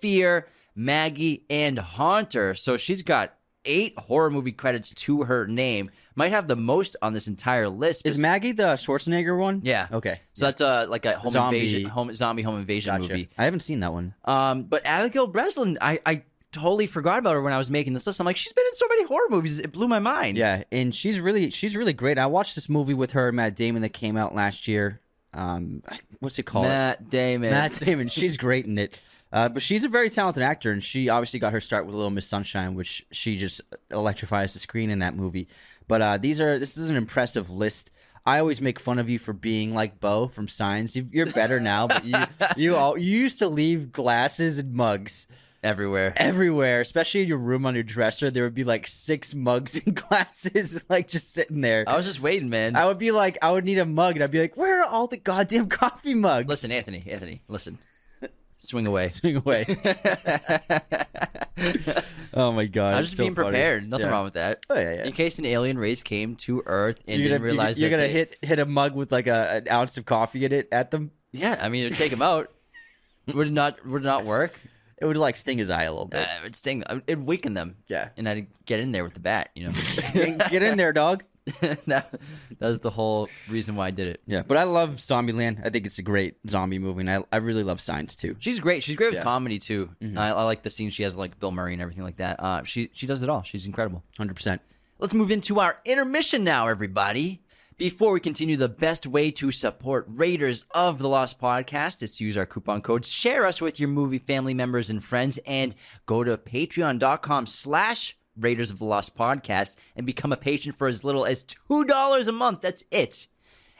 Speaker 2: Fear, Maggie, and Haunter. So she's got eight horror movie credits to her name. Might have the most on this entire list.
Speaker 1: Is
Speaker 2: bes-
Speaker 1: Maggie the Schwarzenegger one?
Speaker 2: Yeah.
Speaker 1: Okay.
Speaker 2: So that's a like a home
Speaker 1: Zombie.
Speaker 2: invasion, home zombie home invasion
Speaker 1: Gotcha.
Speaker 2: movie.
Speaker 1: I haven't seen that one.
Speaker 2: Um, but Abigail Breslin, I, I totally forgot about her when I was making this list. I'm like, she's been in so many horror movies, it blew my mind.
Speaker 1: Yeah, and she's really she's really great. I watched this movie with her and Matt Damon that came out last year. Um, I- what's it called?
Speaker 2: Matt Damon.
Speaker 1: Matt Damon. She's great in it. Uh, but she's a very talented actor, and she obviously got her start with Little Miss Sunshine, which she just electrifies the screen in that movie. But uh, these are this is an impressive list. I always make fun of you for being like Bo from Signs. You- You're better now, but you you, all, you used to leave glasses and mugs
Speaker 2: everywhere.
Speaker 1: everywhere, especially in your room on your dresser. There would be like six mugs and glasses, like just sitting there.
Speaker 2: I was just waiting, man.
Speaker 1: I would be like, I would need a mug, and I'd be like, where are all the goddamn coffee mugs?
Speaker 2: listen, Anthony, Anthony, listen. Swing away.
Speaker 1: Swing away. Oh my god!
Speaker 2: I was
Speaker 1: it's
Speaker 2: just
Speaker 1: so
Speaker 2: being
Speaker 1: funny.
Speaker 2: prepared. Nothing
Speaker 1: Yeah.
Speaker 2: wrong with that.
Speaker 1: Oh, yeah, yeah.
Speaker 2: In case an alien race came to Earth and
Speaker 1: You're gonna,
Speaker 2: didn't
Speaker 1: you're-
Speaker 2: realize
Speaker 1: you're
Speaker 2: that
Speaker 1: gonna
Speaker 2: they-
Speaker 1: hit hit a mug with like a an ounce of coffee in it at them.
Speaker 2: Yeah, I mean, it would take him out. would it not would it not work.
Speaker 1: It would like sting his eye a little
Speaker 2: Uh,
Speaker 1: bit.
Speaker 2: it'd sting. It'd weaken them.
Speaker 1: Yeah.
Speaker 2: and I'd get in there with the bat. You know.
Speaker 1: Get in there, dog.
Speaker 2: that, that was the whole reason why I did it.
Speaker 1: Yeah, but I love Zombieland. I think it's a great zombie movie, and I I really love Signs too.
Speaker 2: She's great. She's great with
Speaker 1: Yeah. Mm-hmm.
Speaker 2: comedy too. I, I like the scene she has like Bill Murray and everything like that. Uh, she she does it all. She's incredible.
Speaker 1: Hundred percent.
Speaker 2: Let's move into our intermission now, everybody. Before we continue, the best way to support Raiders of the Lost podcast is to use our coupon codes, share us with your movie family members and friends, and go to patreon.com slash Raiders of the Lost podcast and become a patron for as little as $2 a month. That's it.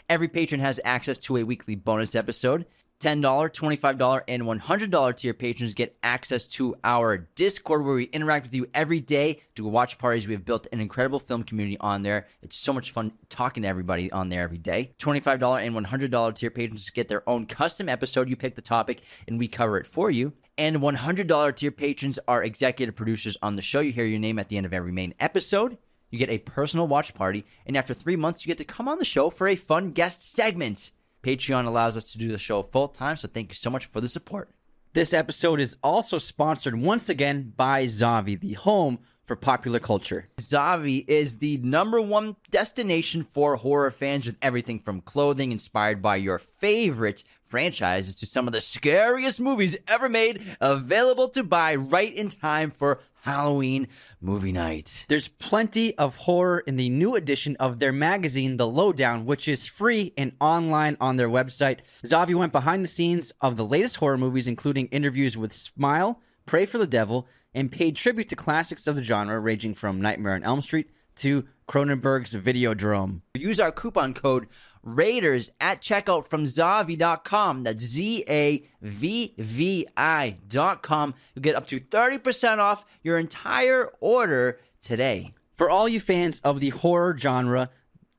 Speaker 2: Every patron has access to a weekly bonus episode. $10, $25, and $100 tier patrons get access to our Discord where we interact with you every day, do watch parties. We have built an incredible film community on there. It's so much fun talking to everybody on there every day. $25 and $100 tier patrons get their own custom episode. You pick the topic and we cover it for you. And $100 tier patrons are executive producers on the show. You hear your name at the end of every main episode. You get a personal watch party, and after three months, you get to come on the show for a fun guest segment. Patreon allows us to do the show full time, so thank you so much for the support.
Speaker 1: This episode is also sponsored once again by Zavi, the home for popular culture.
Speaker 2: Zavi is the number one destination for horror fans with everything from clothing inspired by your favorite franchises to some of the scariest movies ever made available to buy right in time for Halloween movie night.
Speaker 1: There's plenty of horror in the new edition of their magazine, The Lowdown, which is free and online on their website. Zavi went behind the scenes of the latest horror movies, including interviews with Smile, Pray for the Devil, and paid tribute to classics of the genre, ranging from Nightmare on Elm Street to Cronenberg's Videodrome.
Speaker 2: Use our coupon code Raiders at checkout from Zavi.com. That's Z A V V I.com. You'll get up to 30% off your entire order today.
Speaker 1: For all you fans of the horror genre,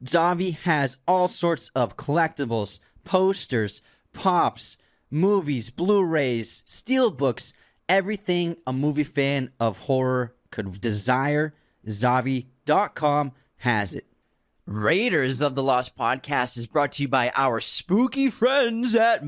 Speaker 1: Zavi has all sorts of collectibles, posters, pops, movies, Blu rays, steelbooks, everything a movie fan of horror could desire. Zavi.com has it.
Speaker 2: Raiders of the Lost podcast is brought to you by our spooky friends at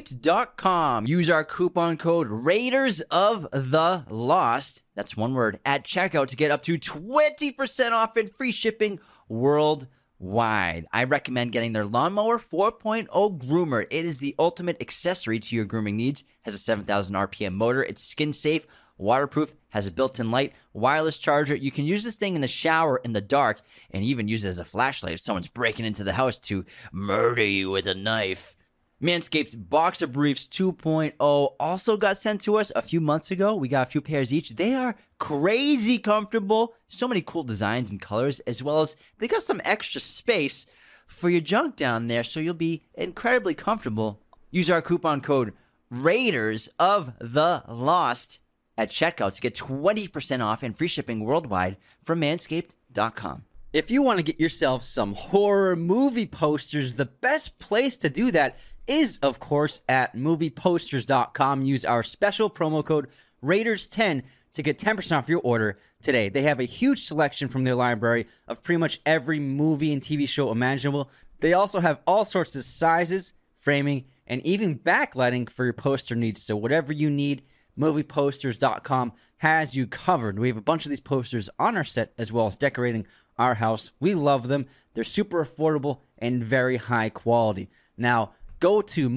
Speaker 2: manscaped.com. Use our coupon code Raiders of the Lost, that's one word, at checkout to get up to 20% off and free shipping worldwide. I recommend getting their lawnmower 4.0 groomer. It is the ultimate accessory to your grooming needs. Has a 7000 RPM motor, it's skin safe, waterproof, has a built-in light, wireless charger. You can use this thing in the shower in the dark and even use it as a flashlight if someone's breaking into the house to murder you with a knife. Manscaped's Boxer Briefs 2.0 also got sent to us a few months ago. We got a few pairs each. They are crazy comfortable. So many cool designs and colors as well as they got some extra space for your junk down there so you'll be incredibly comfortable. Use our coupon code Raiders of the Lost at checkout to get 20% off and free shipping worldwide from manscaped.com.
Speaker 1: If you want to get yourself some horror movie posters, the best place to do that is, of course, at movieposters.com. Use our special promo code Raiders10 to get 10% off your order today. They have a huge selection from their library of pretty much every movie and TV show imaginable. They also have all sorts of sizes, framing, and even backlighting for your poster needs. So, whatever you need, movieposters.com has you covered. We have a bunch of these posters on our set as well as decorating our house. We love them. They're super affordable and very high quality. Now, go to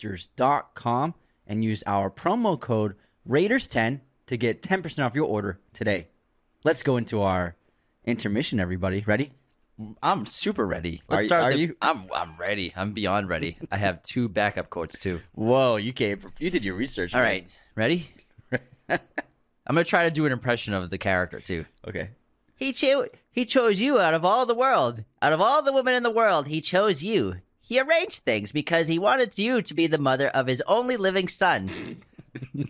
Speaker 1: movieposters.com and use our promo code Raiders10 to get 10% off your order today. Let's go into our intermission, everybody. Ready?
Speaker 2: I'm super ready.
Speaker 1: Let's are, start are the, you?
Speaker 2: I'm I'm ready. I'm beyond ready. I have two backup quotes too.
Speaker 1: Whoa, you came. From, you did your research.
Speaker 2: All right. Ready? I'm gonna try to do an impression of the character too.
Speaker 1: Okay.
Speaker 2: He cho- he chose you out of all the world, out of all the women in the world. He chose you. He arranged things because he wanted you to be the mother of his only living son.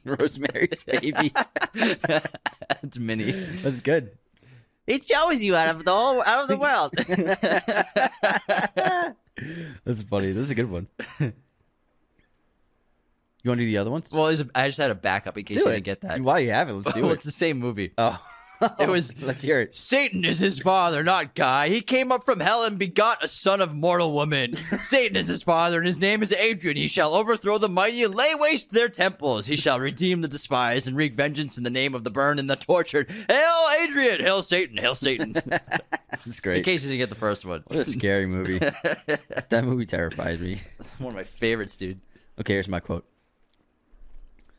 Speaker 1: Rosemary's baby.
Speaker 2: That's mini.
Speaker 1: That's good.
Speaker 2: He chose you out of the whole out of the world.
Speaker 1: That's funny. This is a good one. You want to do the other ones?
Speaker 2: Well, a, I just had a backup in case
Speaker 1: do
Speaker 2: you
Speaker 1: it.
Speaker 2: didn't get that.
Speaker 1: While you have it, let's do
Speaker 2: Oh,
Speaker 1: it.
Speaker 2: It's the same movie.
Speaker 1: Oh,
Speaker 2: It was
Speaker 1: Let's hear it.
Speaker 2: Satan is his father, not Guy. He came up from hell and begot a son of mortal woman. Satan is his father, and his name is Adrian. He shall overthrow the mighty and lay waste their temples. He shall redeem the despised and wreak vengeance in the name of the burned and the tortured. Hail Adrian! Hail Satan! Hail Satan!
Speaker 1: That's
Speaker 2: in
Speaker 1: great.
Speaker 2: case you didn't get the first one.
Speaker 1: What a scary movie. that movie terrifies me.
Speaker 2: One of my favorites, dude.
Speaker 1: Okay, here's my quote.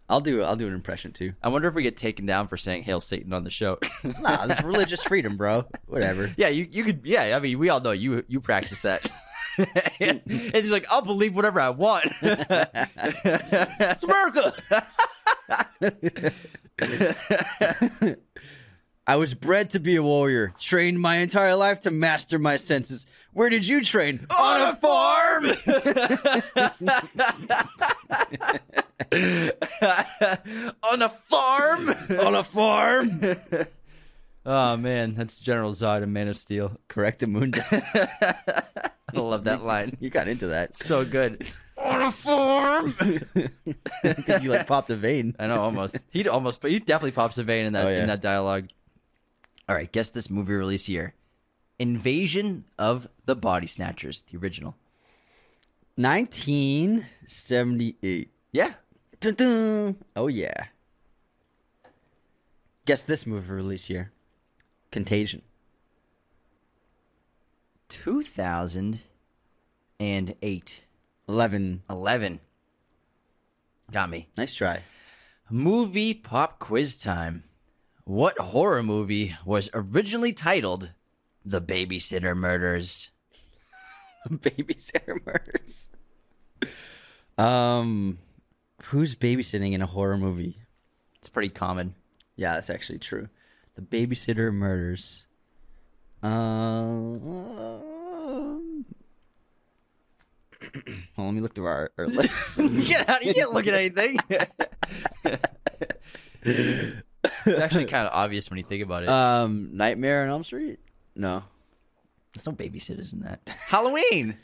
Speaker 1: I'll do I'll do an impression too.
Speaker 2: I wonder if we get taken down for saying "Hail Satan" on the show.
Speaker 1: Nah, it's religious freedom, bro. Whatever.
Speaker 2: yeah, you, you could. Yeah, I mean, we all know you you practice that. and he's like, "I'll believe whatever I want."
Speaker 1: It's America. I was bred to be a warrior, trained my entire life to master my senses. Where did you train? On a farm.
Speaker 2: on a farm.
Speaker 1: On a farm.
Speaker 2: oh man, that's General Zod in Man of Steel.
Speaker 1: Correct the moon.
Speaker 2: I love that line.
Speaker 1: You got into that.
Speaker 2: So good.
Speaker 1: On a farm. I think you like popped a vein.
Speaker 2: I know almost. He almost, but he definitely pops a vein in that
Speaker 1: Oh, yeah.
Speaker 2: in that dialogue. All right, guess this movie release year: Invasion of the Body Snatchers, the original.
Speaker 1: 1978.
Speaker 2: Yeah,
Speaker 1: Dun, dun. Oh yeah. Guess this movie release year. Contagion.
Speaker 2: 2008,
Speaker 1: 11.
Speaker 2: 11. Got me.
Speaker 1: Nice try.
Speaker 2: Movie pop quiz time. What horror movie was originally titled The Babysitter Murders?
Speaker 1: Babysitter murders. Um, who's babysitting in a horror movie?
Speaker 2: It's pretty common.
Speaker 1: Yeah, that's actually true. The babysitter murders. Um, well, let me look through our, our list.
Speaker 2: Get out! You can't look at anything. it's actually kind of obvious when you think about it.
Speaker 1: um, Nightmare on Elm Street? No.
Speaker 2: There's no babysitters in that. Halloween.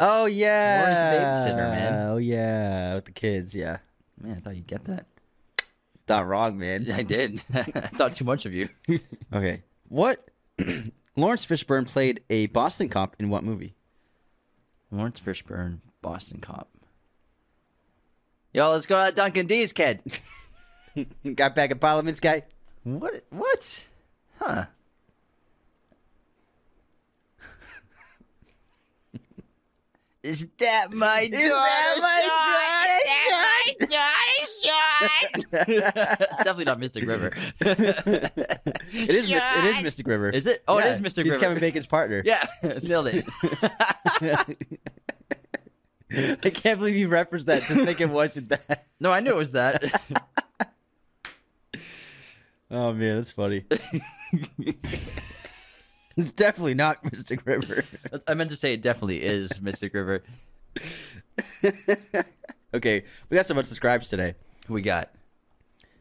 Speaker 1: Oh yeah,
Speaker 2: Laura's a babysitter, man.
Speaker 1: Oh yeah, with the kids. Yeah,
Speaker 2: Man, I thought you'd get that.
Speaker 1: not wrong, man.
Speaker 2: I did. I thought too much of you.
Speaker 1: Okay, what? Lawrence Fishburne played a Boston cop in what movie?
Speaker 2: Lawrence Fishburne, Boston cop. Yo, let's go to that Dunkin' D's kid.
Speaker 1: Got back at Parliament's guy.
Speaker 2: What? What? Huh? Is that my daughter? Is that my daughter? Definitely not Mystic River.
Speaker 1: It is. Mis- it is Mystic River.
Speaker 2: Is it? Oh, it is Mystic
Speaker 1: He's
Speaker 2: River.
Speaker 1: Kevin Bacon's partner.
Speaker 2: Yeah, nailed it.
Speaker 1: I can't believe you referenced that. Just think it wasn't that.
Speaker 2: No, I knew it was that.
Speaker 1: Oh man, that's funny. it's definitely not Mystic River.
Speaker 2: I meant to say it definitely is Mystic River.
Speaker 1: Okay, we got some unsubscribes today.
Speaker 2: Who we got?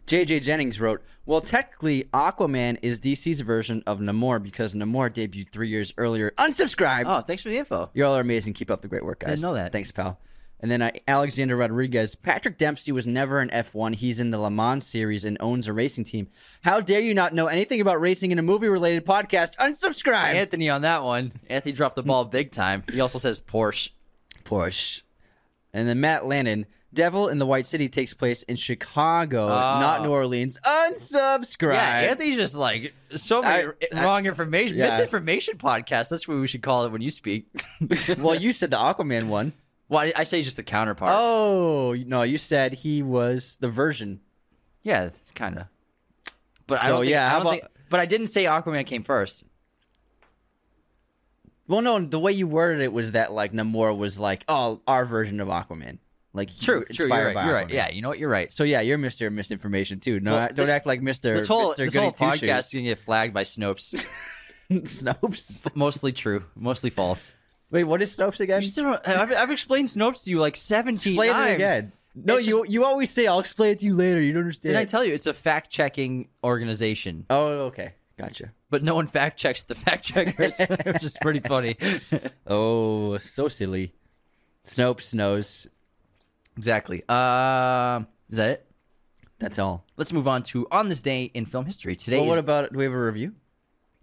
Speaker 1: JJ Jennings wrote, Well, technically, Aquaman is DC's version of Namor because Namor debuted three years earlier. Unsubscribe!
Speaker 2: Oh, thanks for the info.
Speaker 1: You all are amazing. Keep up the great work, guys.
Speaker 2: didn't know that.
Speaker 1: Thanks, pal. And then uh, Alexander Rodriguez, Patrick Dempsey was never an F1. He's in the Le Mans series and owns a racing team. How dare you not know anything about racing in a movie related podcast? Unsubscribe!
Speaker 2: Anthony on that one. Anthony dropped the ball big time. He also says Porsche.
Speaker 1: Porsche. And then Matt Lannon, Devil in the White City takes place in Chicago, not New Orleans. Unsubscribe.
Speaker 2: Oh. Yeah, Anthony's just like so many
Speaker 1: I- I-
Speaker 2: wrong information,
Speaker 1: yeah.
Speaker 2: misinformation podcast. That's what we should call it when you speak.
Speaker 1: well, you said the Aquaman one.
Speaker 2: well, I, I say just the counterpart.
Speaker 1: Oh no, you said he was the version.
Speaker 2: yeah, kind of. But I
Speaker 1: So,
Speaker 2: don't think,
Speaker 1: yeah,
Speaker 2: I
Speaker 1: how
Speaker 2: don't
Speaker 1: about-
Speaker 2: think- but I didn't say Aquaman came first.
Speaker 1: Well, no, the way you worded it was that like Namor was like, oh, our version of Aquaman. Like he
Speaker 2: True,
Speaker 1: was
Speaker 2: true.
Speaker 1: inspired
Speaker 2: You're right.
Speaker 1: by
Speaker 2: You're right.
Speaker 1: Aquaman.
Speaker 2: Yeah, you know what? You're right.
Speaker 1: So yeah, you're Mister Misinformation too. No,
Speaker 2: Well,
Speaker 1: I- don't
Speaker 2: this-
Speaker 1: act like Mister
Speaker 2: This whole
Speaker 1: Mister
Speaker 2: this whole
Speaker 1: Goody Two
Speaker 2: podcast is
Speaker 1: Shoes.
Speaker 2: gonna get flagged by Snopes.
Speaker 1: Snopes.
Speaker 2: mostly true, mostly false.
Speaker 1: Wait, what is Snopes again?
Speaker 2: You still don't- uh, I've, I've explained Snopes to you like seventeen
Speaker 1: Explain
Speaker 2: times.
Speaker 1: it again. No,
Speaker 2: It's
Speaker 1: you you always say I'll explain it to you later. You don't understand.
Speaker 2: Did I tell you it's a fact checking organization?
Speaker 1: oh, okay, gotcha.
Speaker 2: But no one fact checks the fact checkers, which is pretty funny.
Speaker 1: Oh, so silly. Snopes knows.
Speaker 2: exactly. Um, is that it?
Speaker 1: That's all.
Speaker 2: Let's move on to on this day in film history. Today,
Speaker 1: Well, what
Speaker 2: is-
Speaker 1: about? Do we have a review?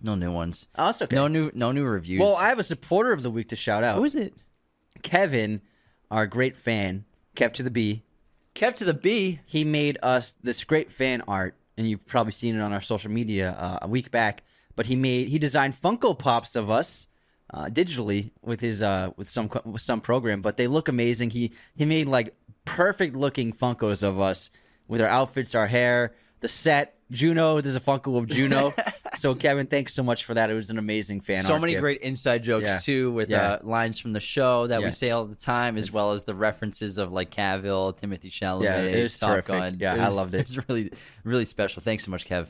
Speaker 2: no new ones.
Speaker 1: Oh, that's okay.
Speaker 2: No new, no new reviews.
Speaker 1: Well, I have a supporter of the week to shout out.
Speaker 2: who is it?
Speaker 1: Kevin, our great fan, kept to the B.
Speaker 2: Kept to the B.
Speaker 1: He made us this great fan art, and you've probably seen it on our social media uh, a week back. But he made he designed Funko Pops of us uh, digitally with his uh, with some co- with some program, but they look amazing. He he made like perfect looking Funkos of us with our outfits, our hair, the set. Juno, there's a Funko of Juno. so Kevin, thanks so much for that. It was an amazing fan.
Speaker 2: so
Speaker 1: art
Speaker 2: many
Speaker 1: gift.
Speaker 2: great inside jokes
Speaker 1: Yeah.
Speaker 2: too, with
Speaker 1: Yeah.
Speaker 2: uh, lines from the show that
Speaker 1: Yeah.
Speaker 2: we say all the time, as well as the references of like Cavill, Timothy Chalamet,
Speaker 1: Yeah, it was
Speaker 2: Top
Speaker 1: terrific.
Speaker 2: Gun.
Speaker 1: Yeah, I
Speaker 2: was-
Speaker 1: loved it.
Speaker 2: It was really, really special. Thanks so much, Kev.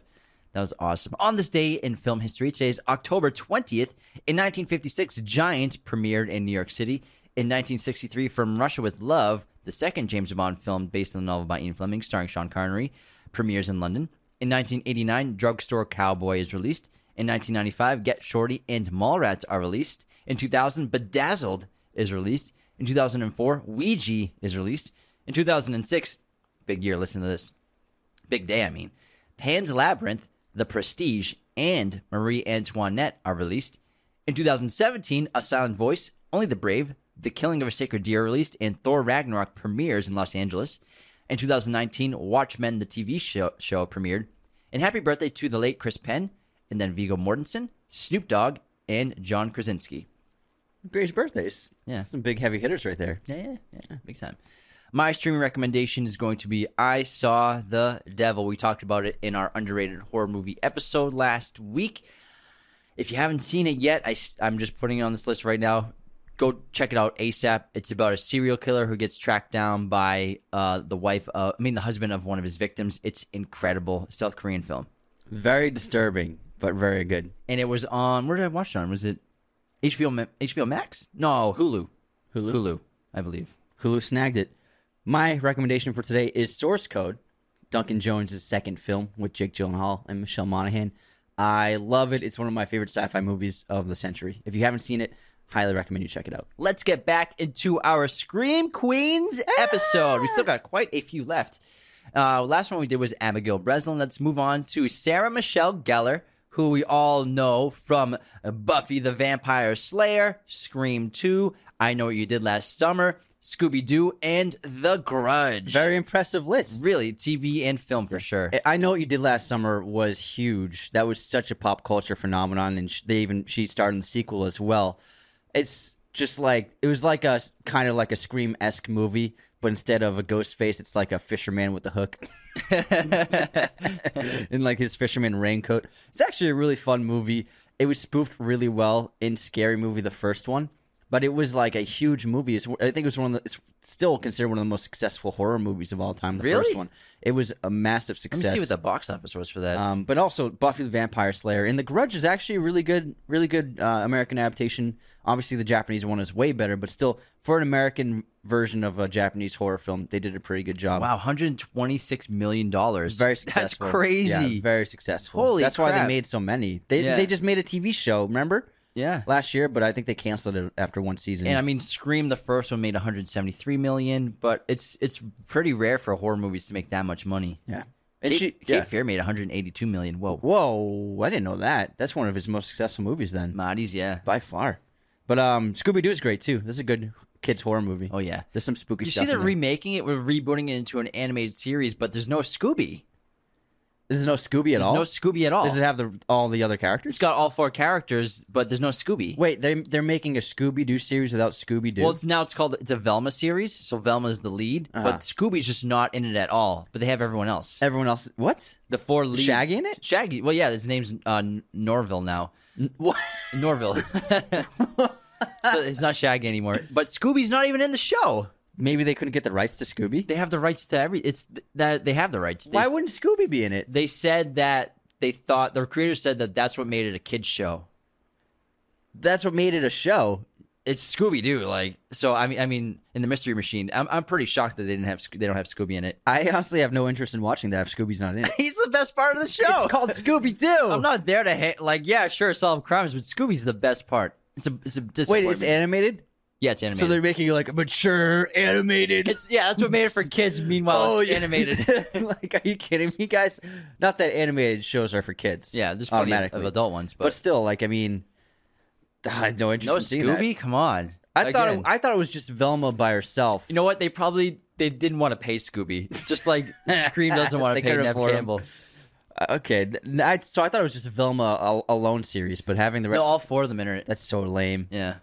Speaker 2: That was awesome. On this day in film history, today's October twentieth in nineteen fifty six. Giant premiered in New York City in nineteen sixty three. From Russia with Love, the second James Bond film based on the novel by Ian Fleming, starring Sean Connery, premieres in London in nineteen eighty nine. Drugstore Cowboy is released in nineteen ninety five. Get Shorty and Mallrats are released in two thousand. Bedazzled is released in two thousand and four. Ouija is released in two thousand and six. Big year. Listen to this big day, I mean. Pan's Labyrinth, The Prestige, and Marie Antoinette are released. In 2017, A Silent Voice, Only the Brave, The Killing of a Sacred Deer released, and Thor Ragnarok premieres in Los Angeles. In 2019, Watchmen, the TV show, show premiered. And happy birthday to the late Chris Penn, and then Vigo Mortensen, Snoop Dogg, and John Krasinski.
Speaker 1: greatest birthdays.
Speaker 2: Yeah.
Speaker 1: Some big heavy hitters right there.
Speaker 2: Yeah, yeah, yeah, big time. My streaming recommendation is going to be I Saw the Devil. We talked about it in our underrated horror movie episode last week. If you haven't seen it yet, I, am just putting it on this list right now. Go check it out ASAP. It's about a serial killer who gets tracked down by uh, the wife, of, I mean, the husband of one of his victims. It's incredible. South Korean film.
Speaker 1: Very disturbing. but very good.
Speaker 2: and it was on. Where did I watch it on? Was it HBO Ma- HBO Max? No, Hulu. Hulu. Hulu. I believe.
Speaker 1: Hulu snagged it. My recommendation for today is Source Code, Duncan Jones' second film with Jake Gyllenhaal and Michelle Monaghan. I love it. It's one of my favorite sci-fi movies of the century. If you haven't seen it, highly recommend you check it out.
Speaker 2: Let's get back into our Scream Queens episode. We still got quite a few left. Uh, last one we did was Abigail Breslin. Let's move on to Sarah Michelle Gellar, who we all know from Buffy the Vampire Slayer, Scream 2, I Know What You Did Last Summer, Scooby Doo, and The Grudge.
Speaker 1: Very impressive list.
Speaker 2: really TV and film for sure.
Speaker 1: I- I know what you did last summer was huge. That was such a pop culture phenomenon, and sh- they even she starred in the sequel as well. It's just like it was like a s- kind of like a scream esque movie, but instead of a ghost face, it's like a fisherman with a hook in like his fisherman raincoat. It's actually a really fun movie. It was spoofed really well in Scary Movie, the first one, but it was like a huge movie. It's, I think it was one of the, it's still considered one of the most successful horror movies of all time. The
Speaker 2: Really?
Speaker 1: first one, it was a massive
Speaker 2: Let
Speaker 1: success.
Speaker 2: me see what the box office was for that.
Speaker 1: Um, but also Buffy the Vampire Slayer and The Grudge is actually a really good, really good uh, American adaptation. Obviously, the Japanese one is way better, but still, for an American version of a Japanese horror film, they did a pretty good job.
Speaker 2: wow, 126 million dollars.
Speaker 1: Very successful.
Speaker 2: That's crazy.
Speaker 1: Yeah, very successful.
Speaker 2: Holy
Speaker 1: That's why
Speaker 2: crap.
Speaker 1: they made so many. They
Speaker 2: Yeah.
Speaker 1: they just made a TV show, remember?
Speaker 2: yeah.
Speaker 1: Last year, but I think they canceled it after one season.
Speaker 2: And I mean, Scream the first one made 173 million, but it's it's pretty rare for horror movies to make that much money.
Speaker 1: yeah. And
Speaker 2: And Cape,
Speaker 1: she,
Speaker 2: Cape
Speaker 1: yeah.
Speaker 2: Fear made 182 million. Whoa,
Speaker 1: Whoa, I didn't know that. That's one of his most successful movies then.
Speaker 2: Maddies, yeah.
Speaker 1: By far. But um Scooby Doo is great too. This is a good kids horror movie.
Speaker 2: Oh yeah.
Speaker 1: There's some spooky
Speaker 2: You
Speaker 1: stuff.
Speaker 2: see, they're
Speaker 1: in there.
Speaker 2: remaking it. We're rebooting it into an animated series, but there's no Scooby.
Speaker 1: There's no Scooby at
Speaker 2: There's
Speaker 1: all.
Speaker 2: no Scooby at all.
Speaker 1: Does it have the all the other characters?
Speaker 2: it's got all four characters, but there's no Scooby.
Speaker 1: Wait, they they're making a Scooby Doo series without Scooby Doo.
Speaker 2: Well, it's now it's called it's a Velma series, so Velma's the lead,
Speaker 1: Uh-huh.
Speaker 2: but Scooby's just not in it at all. But they have everyone else.
Speaker 1: Everyone else, what?
Speaker 2: The four leads.
Speaker 1: Shaggy in it?
Speaker 2: Shaggy. Well, yeah, his name's uh, N- Norville now.
Speaker 1: What?
Speaker 2: Norville. so it's not Shaggy anymore. But Scooby's not even in the show.
Speaker 1: Maybe they couldn't get the rights to Scooby.
Speaker 2: They have the rights to every. It's th- that they have the rights. They,
Speaker 1: Why wouldn't Scooby be in it?
Speaker 2: they said that they thought their creators said that that's what made it a kids show.
Speaker 1: That's what made it a show.
Speaker 2: It's Scooby Doo, like so. I mean, I mean, in the Mystery Machine, I'm, I'm pretty shocked that they didn't have Sco- they don't have Scooby in it.
Speaker 1: I honestly have no interest in watching that if Scooby's not in it.
Speaker 2: He's the best part of the show.
Speaker 1: It's called Scooby Doo.
Speaker 2: I'm not there to hate. Like, yeah, sure, solve crimes, but Scooby's the best part. It's a it's a
Speaker 1: Wait,
Speaker 2: disappointment.
Speaker 1: it's animated.
Speaker 2: yeah, it's animated.
Speaker 1: So they're making it like a mature animated. Oh,
Speaker 2: it's yeah, that's what made it for kids. Meanwhile, it's
Speaker 1: yeah.
Speaker 2: animated.
Speaker 1: like, are you kidding me, guys? Not that animated shows are for kids.
Speaker 2: yeah, there's plenty of-
Speaker 1: automatically.
Speaker 2: of adult ones,
Speaker 1: but
Speaker 2: but,
Speaker 1: still, like, I mean, I had no interest
Speaker 2: no
Speaker 1: in seeing that.
Speaker 2: Scooby. Come on.
Speaker 1: I thought it,
Speaker 2: Again.
Speaker 1: I thought it was just Velma by herself.
Speaker 2: you know what? They probably they didn't want to pay Scooby, just like Scream doesn't want
Speaker 1: They
Speaker 2: to pay
Speaker 1: couldn't
Speaker 2: Nev
Speaker 1: afford him.
Speaker 2: Campbell.
Speaker 1: Uh, okay. th- n- I, so I thought it was just a Velma al- alone series, but having the rest
Speaker 2: No, all four of them in it.
Speaker 1: that's so lame.
Speaker 2: Yeah.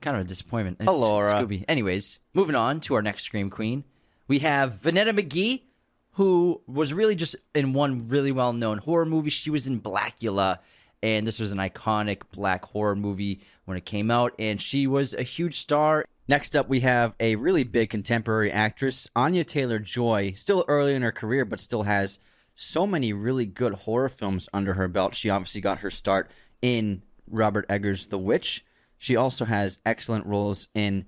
Speaker 2: Kind of a disappointment. It's
Speaker 1: Alora.
Speaker 2: Scooby. Anyways, moving on to our next Scream Queen. We have Vanetta McGee, who was really just in one really well known horror movie. She was in Blackula, and this was an iconic black horror movie when it came out, and she was a huge star.
Speaker 1: Next up, we have a really big contemporary actress, Anya Taylor Joy. Still early in her career, but still has so many really good horror films under her belt. She obviously got her start in Robert Eggers' The Witch. She also has excellent roles in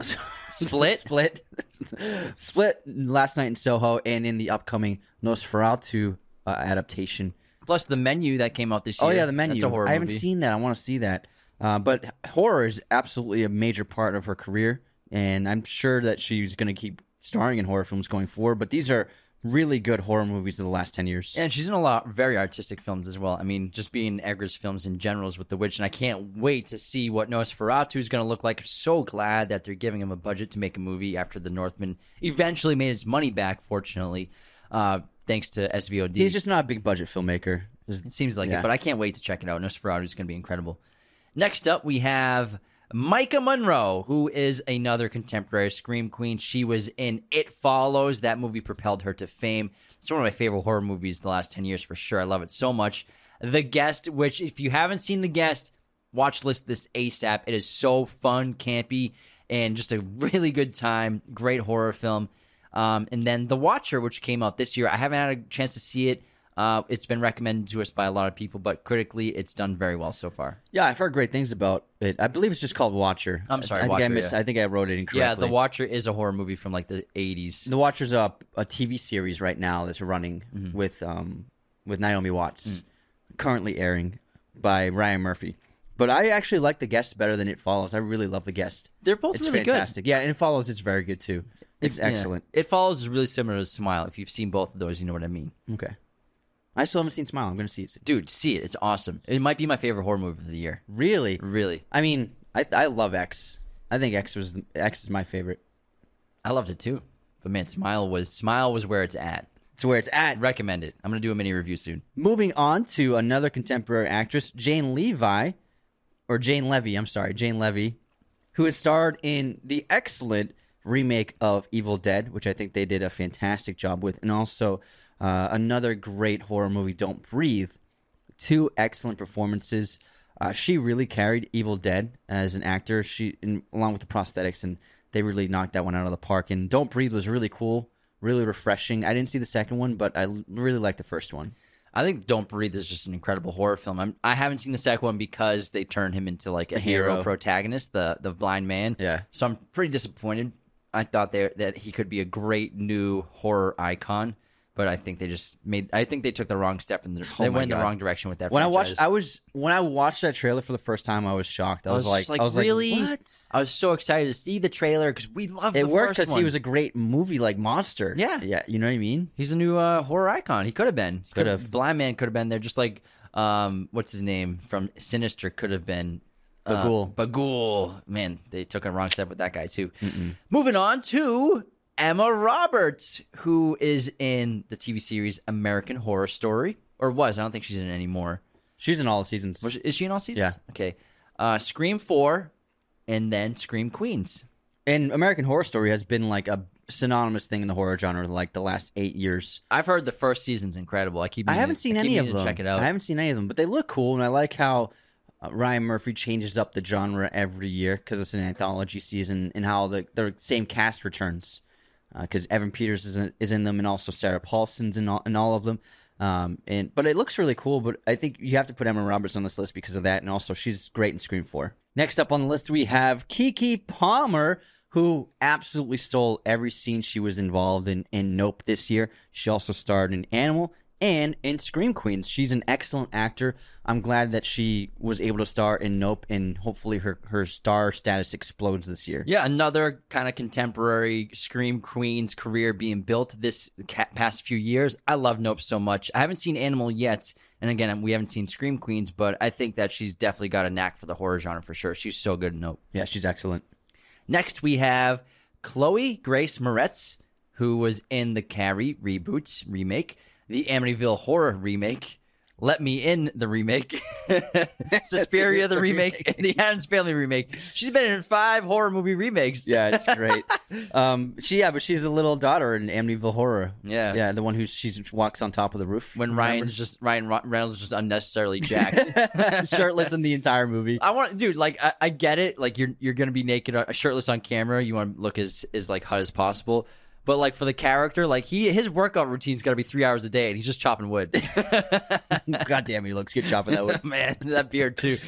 Speaker 2: Split.
Speaker 1: Split, Split, Last Night in Soho, and in the upcoming Nosferatu uh, adaptation.
Speaker 2: Plus the menu that came out this
Speaker 1: Oh
Speaker 2: year.
Speaker 1: yeah, the menu.
Speaker 2: That's a horror
Speaker 1: I haven't
Speaker 2: movie.
Speaker 1: seen that. I want to see that. Uh, but h- horror is absolutely a major part of her career, and I'm sure that she's going to keep starring in horror films going forward. But these are really good horror movies of the last ten years.
Speaker 2: And she's in a lot very artistic films as well. I mean, just being Eggers films in general is with The Witch, and I can't wait to see what Nosferatu is going to look like. I'm so glad that they're giving him a budget to make a movie after The Northman eventually made its money back, fortunately, uh, thanks to SVOD.
Speaker 1: He's just not a big budget filmmaker. Is-
Speaker 2: it seems like it,
Speaker 1: Yeah.
Speaker 2: but I can't wait to check it out. Nosferatu is going to be incredible. Next up, we have Micah Monroe, who is another contemporary scream queen. She was in It Follows. That movie propelled her to fame. It's one of my favorite horror movies the last 10 years for sure. I love it so much. The Guest, which, if you haven't seen The Guest, watch list this ASAP. It is so fun, campy, and just a really good time. Great horror film. Um, and then The Watcher, which came out this year. I haven't had a chance to see it. Uh, it's been recommended to us by a lot of people, but critically, it's done very well so far.
Speaker 1: Yeah, I've heard great things about it. I believe it's just called Watcher.
Speaker 2: I'm sorry,
Speaker 1: I, I
Speaker 2: Watcher,
Speaker 1: think I missed.
Speaker 2: yeah.
Speaker 1: I think I wrote it incorrectly.
Speaker 2: Yeah, The Watcher is a horror movie from like the 80s.
Speaker 1: The Watcher's a, a TV series right now that's running
Speaker 2: Mm-hmm.
Speaker 1: with um with Naomi Watts,
Speaker 2: Mm.
Speaker 1: currently airing by Ryan Murphy. But I actually like the guest better than it follows. I really love the guest.
Speaker 2: They're both
Speaker 1: It's
Speaker 2: really good.
Speaker 1: fantastic. Yeah, and it follows. It's very good too. It's
Speaker 2: Yeah.
Speaker 1: excellent.
Speaker 2: It follows is really similar to Smile. If you've seen both of those, you know what I mean.
Speaker 1: Okay, I still haven't seen Smile. I'm gonna see it. soon.
Speaker 2: Dude, see it. It's awesome. It might be my favorite horror movie of the year.
Speaker 1: Really,
Speaker 2: Really.
Speaker 1: I mean, I I love X. I think X was the- X is my favorite.
Speaker 2: I loved it too. But man, Smile was Smile was where it's at.
Speaker 1: It's where it's at.
Speaker 2: Recommend it. I'm gonna do a mini review soon.
Speaker 1: Moving on to another contemporary actress, Jane Levi, or Jane Levy, I'm sorry, Jane Levy, who has starred in the excellent remake of Evil Dead, which I think they did a fantastic job with, and also uh, another great horror movie, Don't Breathe. Two excellent performances. Uh, she really carried Evil Dead as an actor. She, in, along with the prosthetics, and they really knocked that one out of the park. And Don't Breathe was really cool, really refreshing. I didn't see the second one, but I l- really liked the first one.
Speaker 2: I think Don't Breathe is just an incredible horror film. I'm, I haven't seen the second one because they turn him into like a hero,
Speaker 1: hero.
Speaker 2: protagonist, the the blind man.
Speaker 1: Yeah.
Speaker 2: So I'm pretty disappointed. I thought there that he could be a great new horror icon, but I think they just made. I think they took the wrong step and
Speaker 1: Oh
Speaker 2: they
Speaker 1: my
Speaker 2: went in the
Speaker 1: God.
Speaker 2: wrong direction with that.
Speaker 1: when I
Speaker 2: franchise.
Speaker 1: watched, I was when I watched that trailer for the first time, I was shocked. I, was,
Speaker 2: just
Speaker 1: like, I was
Speaker 2: really?
Speaker 1: like, what?
Speaker 2: I was so excited to see the trailer because we loved
Speaker 1: It
Speaker 2: the
Speaker 1: worked
Speaker 2: first
Speaker 1: because he
Speaker 2: one.
Speaker 1: was a great movie like monster.
Speaker 2: Yeah.
Speaker 1: yeah, you know what I mean.
Speaker 2: He's a new uh, horror icon. He could have been. He
Speaker 1: Could have.
Speaker 2: Blind man could have been there. Just like um, what's his name from Sinister could have been. uh,
Speaker 1: Bagul.
Speaker 2: Bagul. Man, they took a wrong step with that guy too. Moving on to Emma Roberts, who is in the TV series American Horror Story, or was. I don't think she's in it anymore.
Speaker 1: She's in all the seasons.
Speaker 2: Was she- is she in all seasons?
Speaker 1: Yeah.
Speaker 2: Okay. Uh, Scream Four, and then Scream Queens.
Speaker 1: and American Horror Story has been like a synonymous thing in the horror genre like the last eight years.
Speaker 2: I've heard the first season's incredible. I keep.
Speaker 1: I
Speaker 2: meaning-
Speaker 1: haven't seen
Speaker 2: keep
Speaker 1: any of
Speaker 2: meaning
Speaker 1: them.
Speaker 2: To check it out.
Speaker 1: I haven't seen any of them, but they look cool, and I like how uh, Ryan Murphy changes up the genre every year because it's an anthology season, and how the the same cast returns because uh, Evan Peters is in, is in them, and also Sarah Paulson's in all, in all of them. Um, and but it looks really cool. But I think you have to put Emma Roberts on this list because of that, and also she's great in Scream Four. Next up on the list, we have Kiki Palmer, who absolutely stole every scene she was involved in in Nope this year. She also starred in Animal and in Scream Queens. She's an excellent actor. I'm glad that she was able to star in Nope, and hopefully her her star status explodes this year.
Speaker 2: Yeah, another kind of contemporary scream queen's career being built this ca- past few years. I love Nope so much. I haven't seen Animal yet, and again, we haven't seen Scream Queens, but I think that she's definitely got a knack for the horror genre for sure. She's so good in Nope.
Speaker 1: Yeah, she's excellent.
Speaker 2: Next, we have Chloe Grace Moretz, who was in the Carrie reboots remake, the Amityville Horror remake, Let Me In the remake, Suspiria the
Speaker 1: The
Speaker 2: remake, and the Adams Family remake. She's been in five horror movie remakes.
Speaker 1: Yeah, it's great. um, she yeah, but she's the little daughter in Amityville Horror.
Speaker 2: Yeah.
Speaker 1: yeah, the one who she walks on top of the roof
Speaker 2: when
Speaker 1: remember?
Speaker 2: Ryan's just Ryan Ro- Reynolds is just unnecessarily jacked.
Speaker 1: shirtless in the entire movie.
Speaker 2: I want, dude. Like, I, I get it. Like, you're you're gonna be naked, uh, shirtless on camera. You want to look as as like hot as possible. But like for the character, like he his workout routine's got to be three hours a day, and he's just chopping wood.
Speaker 1: God damn, he looks good chopping that wood.
Speaker 2: Man, that beard too.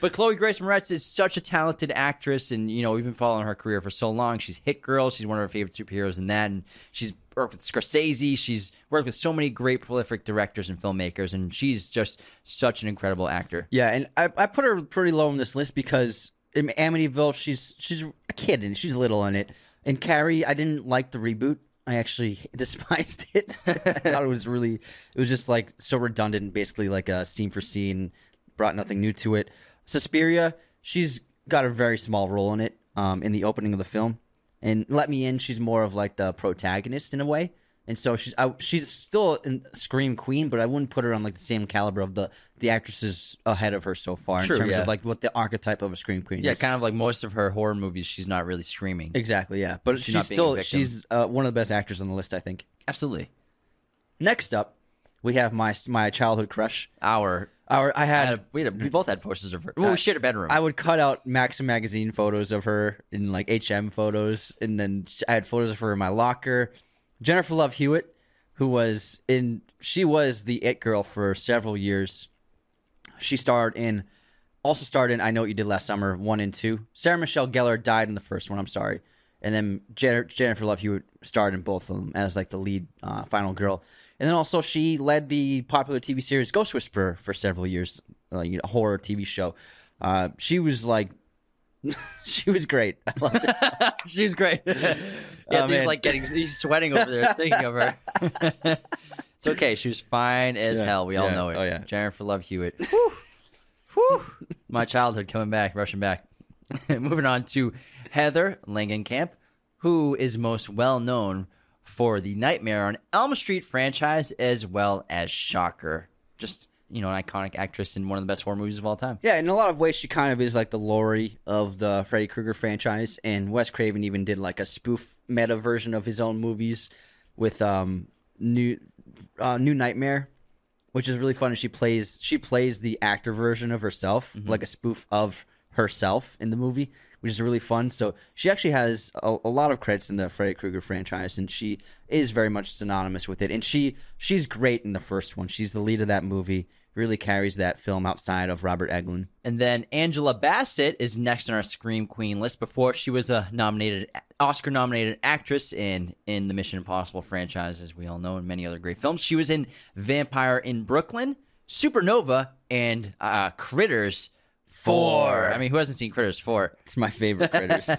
Speaker 2: but Chloe Grace Moretz is such a talented actress, and you know we've been following her career for so long. She's Hit Girl. She's one of our favorite superheroes in that, and she's worked with Scorsese. She's worked with so many great prolific directors and filmmakers, and she's just such an incredible actor.
Speaker 1: Yeah, and I, I put her pretty low on this list because in Amityville, she's she's a kid and she's little in it. And Carrie, I didn't like the reboot. I actually despised it. I thought it was really, it was just like so redundant and basically like a scene for scene, brought nothing new to it. Suspiria, she's got a very small role in it um, in the opening of the film. And Let Me In, she's more of like the protagonist in a way. And so she's I, she's still in Scream Queen, but I wouldn't put her on like the same caliber of the the actresses ahead of her so far
Speaker 2: Sure,
Speaker 1: in terms
Speaker 2: yeah.
Speaker 1: of like what the archetype of a Scream Queen
Speaker 2: Yeah,
Speaker 1: is.
Speaker 2: kind of like most of her horror movies, she's not really screaming.
Speaker 1: exactly, yeah. But she's,
Speaker 2: not being a
Speaker 1: still
Speaker 2: victim.
Speaker 1: she's uh, one of the best actors on the list, I think.
Speaker 2: Absolutely,
Speaker 1: Next up, we have my my childhood crush.
Speaker 2: our
Speaker 1: Our I had
Speaker 2: and we, had a, we both had posters of her. Mm. Uh, Well, we shared a bedroom.
Speaker 1: I would cut out Maxim magazine photos of her in like HM photos, and then sh- I had photos of her in my locker. Jennifer Love Hewitt, who was in she was the it girl for several years. She starred in also starred in I Know What You Did Last Summer one and two. Sarah Michelle Gellar died in the first one. I'm sorry, and then Jen- Jennifer Love Hewitt starred in both of them as like the lead uh, final girl. And then also she led the popular TV series Ghost Whisperer for several years, like a horror TV show. Uh, she was like, she was great. I loved it.
Speaker 2: she was great. yeah,
Speaker 1: Oh,
Speaker 2: he's
Speaker 1: man.
Speaker 2: like getting he's sweating over there thinking of her. it's okay. She was fine as
Speaker 1: Yeah.
Speaker 2: hell. We all
Speaker 1: Yeah.
Speaker 2: know it.
Speaker 1: Oh, yeah.
Speaker 2: Jennifer Love Hewitt. Whew. Whew. My childhood coming back, rushing back. Moving on to Heather Langenkamp, who is most well known for the Nightmare on Elm Street franchise as well as Shocker. Just you know, an iconic actress in one of the best horror movies of all time.
Speaker 1: Yeah, in a lot of ways, she kind of is like the Laurie of the Freddy Krueger franchise, and Wes Craven even did like a spoof meta version of his own movies with um new uh, New Nightmare, which is really fun. And she plays she plays the actor version of herself, like a spoof of herself in the movie, which is really fun. So she actually has a, a lot of credits in the Freddy Krueger franchise, and she is very much synonymous with it. And she she's great in the first one. She's the lead of that movie. Really carries that film outside of Robert Eglin.
Speaker 2: And then Angela Bassett is next on our Scream Queen list. Before she was a nominated Oscar nominated actress in in the Mission Impossible franchise, as we all know, and many other great films. She was in Vampire in Brooklyn, Supernova, and uh, Critters Four.
Speaker 1: Four.
Speaker 2: I mean, who hasn't seen Critters Four?
Speaker 1: It's my favorite critters.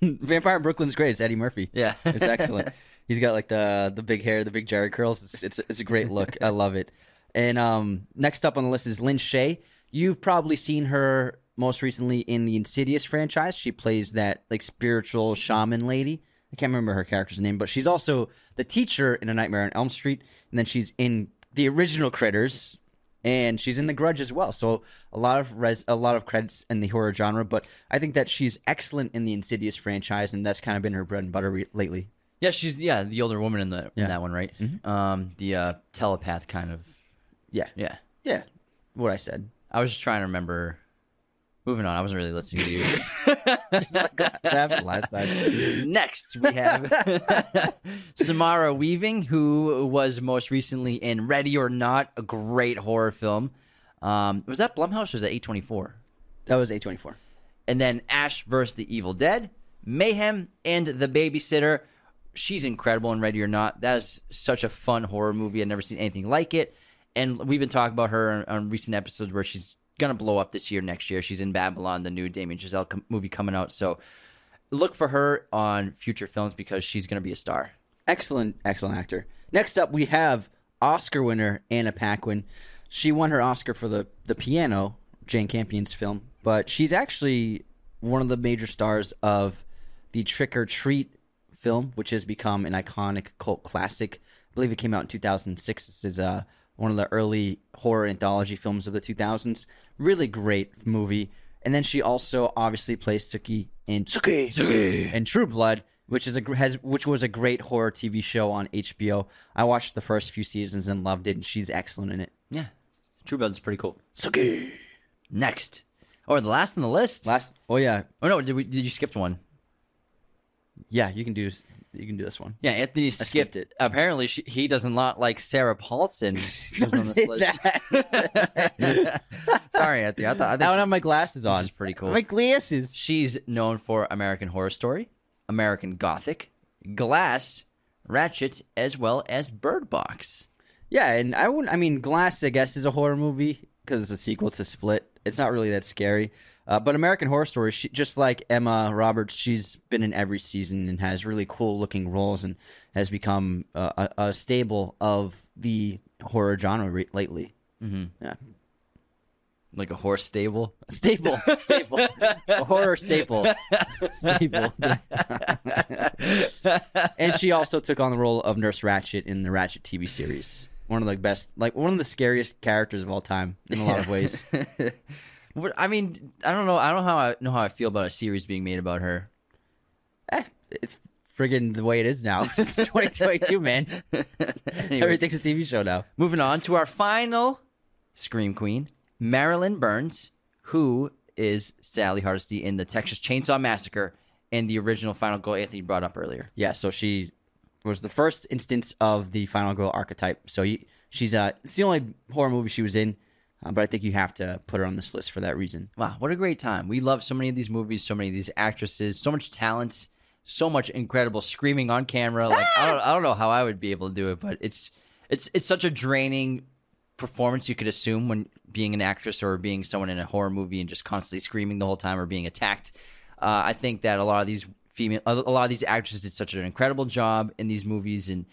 Speaker 1: Vampire in Brooklyn's great. It's Eddie Murphy.
Speaker 2: Yeah.
Speaker 1: it's excellent. He's got like the the big hair, the big Jerry curls. It's it's, it's a great look. I love it. And um, next up on the list is Lynn Shay. You've probably seen her most recently in the Insidious franchise. She plays that like spiritual shaman lady. I can't remember her character's name, but she's also the teacher in A Nightmare on Elm Street, and then she's in the original Critters, and she's in The Grudge as well. So a lot of res, a lot of credits in the horror genre, but I think that she's excellent in the Insidious franchise, and that's kind of been her bread and butter re- lately.
Speaker 2: Yeah, she's yeah the older woman in the
Speaker 1: Yeah. Mm-hmm.
Speaker 2: in that one, right? Um, the uh, telepath kind of.
Speaker 1: Yeah,
Speaker 2: Yeah,
Speaker 1: yeah, what I said.
Speaker 2: I was just trying to remember. Moving on, I wasn't really listening to you.
Speaker 1: That happened last time.
Speaker 2: Next, we have Samara Weaving, who was most recently in Ready or Not, a great horror film. Um, was that Blumhouse or was that A24?
Speaker 1: That was A twenty four.
Speaker 2: And then Ash vs. the Evil Dead, Mayhem, and The Babysitter. She's incredible in Ready or Not. That is such a fun horror movie. I've never seen anything like it. And we've been talking about her on, on recent episodes where she's going to blow up this year, next year. She's in Babylon, the new Damien Giselle com- movie coming out. So look for her on future films because she's going to be a star.
Speaker 1: Excellent, excellent actor. Next up, we have Oscar winner Anna Paquin. She won her Oscar for the the piano, Jane Campion's film, but she's actually one of the major stars of the Trick or Treat film, which has become an iconic cult classic. I believe it came out in 2006. This is uh, one of the early horror anthology films of the 2000s. Really great movie. And then she also obviously plays Suki in Suki, Suki. in True Blood, which is a gr- has which was a great horror TV show on HBO. I watched the first few seasons and loved it, and she's excellent in it.
Speaker 2: Yeah. True Blood's pretty cool.
Speaker 1: Suki.
Speaker 2: Next. Or the last on the list.
Speaker 1: Last, oh yeah,
Speaker 2: Oh, no. Did, we, did you skip one?
Speaker 1: yeah, you can do s- you can do this one.
Speaker 2: Yeah, Anthony skipped,
Speaker 1: skipped
Speaker 2: it. Apparently, she, he doesn't lot like Sarah Paulson. who's
Speaker 1: Don't say
Speaker 2: Sorry, Anthony. I thought I
Speaker 1: I don't
Speaker 2: think
Speaker 1: have my glasses on.
Speaker 2: is pretty cool.
Speaker 1: My glasses.
Speaker 2: she's known for American Horror Story, American Gothic, Glass, Ratchet, as well as Bird Box.
Speaker 1: Yeah, and I wouldn't. I mean, Glass, I guess, is a horror movie because it's a sequel to Split. It's not really that scary. Uh, but American Horror Story, she, just like Emma Roberts, she's been in every season and has really cool looking roles and has become uh, a, a staple of the horror genre re- lately. Mm-hmm. Yeah,
Speaker 2: Like a horse stable.
Speaker 1: staple, staple, a horror staple, staple. and she also took on the role of Nurse Ratchet in the Ratchet TV series. One of the best, like one of the scariest characters of all time in a lot of ways.
Speaker 2: What- I mean, I don't know. I don't know how I know how I feel about a series being made about her.
Speaker 1: Eh, it's friggin' the way it is now. It's 2022, man.
Speaker 2: Anyways.
Speaker 1: Everything's a TV show now.
Speaker 2: Moving on to our final Scream Queen, Marilyn Burns, who is Sally Hardesty in the Texas Chainsaw Massacre and the original Final Girl Anthony brought up earlier.
Speaker 1: Yeah, so she was the first instance of the final girl archetype. So you, she's uh, it's the only horror movie she was in, uh, but I think you have to put her on this list for that reason.
Speaker 2: Wow, what a great time. We love so many of these movies, so many of these actresses, so much talent, so much incredible screaming on camera. Like I don't I don't know how I would be able to do it, but it's it's it's such a draining performance you could assume when being an actress or being someone in a horror movie and just constantly screaming the whole time or being attacked. Uh, I think that a lot of these female a lot of these actresses did such an incredible job in these movies and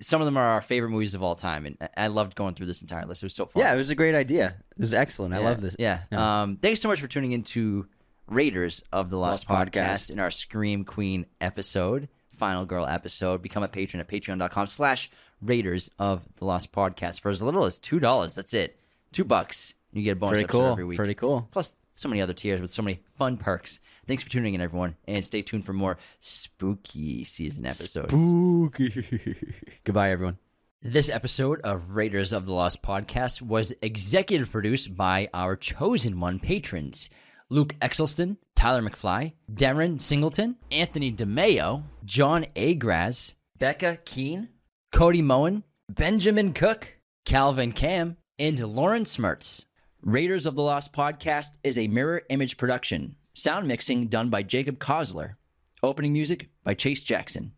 Speaker 2: some of them are our favorite movies of all time and i loved going through this entire list it was so fun
Speaker 1: Yeah, it was a great idea. It was excellent. I love this.
Speaker 2: yeah, um thanks so much for tuning in to raiders of the
Speaker 1: Lost
Speaker 2: lost, podcast
Speaker 1: Podcast.
Speaker 2: in our scream queen episode final girl episode become a patron at patreon.com slash raiders of the lost podcast for as little as two dollars that's it two bucks you get a bonus
Speaker 1: Pretty
Speaker 2: episode
Speaker 1: cool.
Speaker 2: every week
Speaker 1: Pretty cool.
Speaker 2: plus so many other tiers with so many fun perks. Thanks for tuning in, everyone, and stay tuned for more spooky season episodes.
Speaker 1: Goodbye, everyone.
Speaker 2: This episode of Raiders of the Lost podcast was executive produced by our chosen one patrons Luke Exelston, Tyler McFly, Darren Singleton, Anthony DeMeo, John Agraz, Becca Keen, Cody Moen, Benjamin Cook, Calvin Cam, and Lauren Smertz. Raiders of the Lost podcast is a mirror image production, sound mixing done by Jacob Kosler, opening music by Chase Jackson.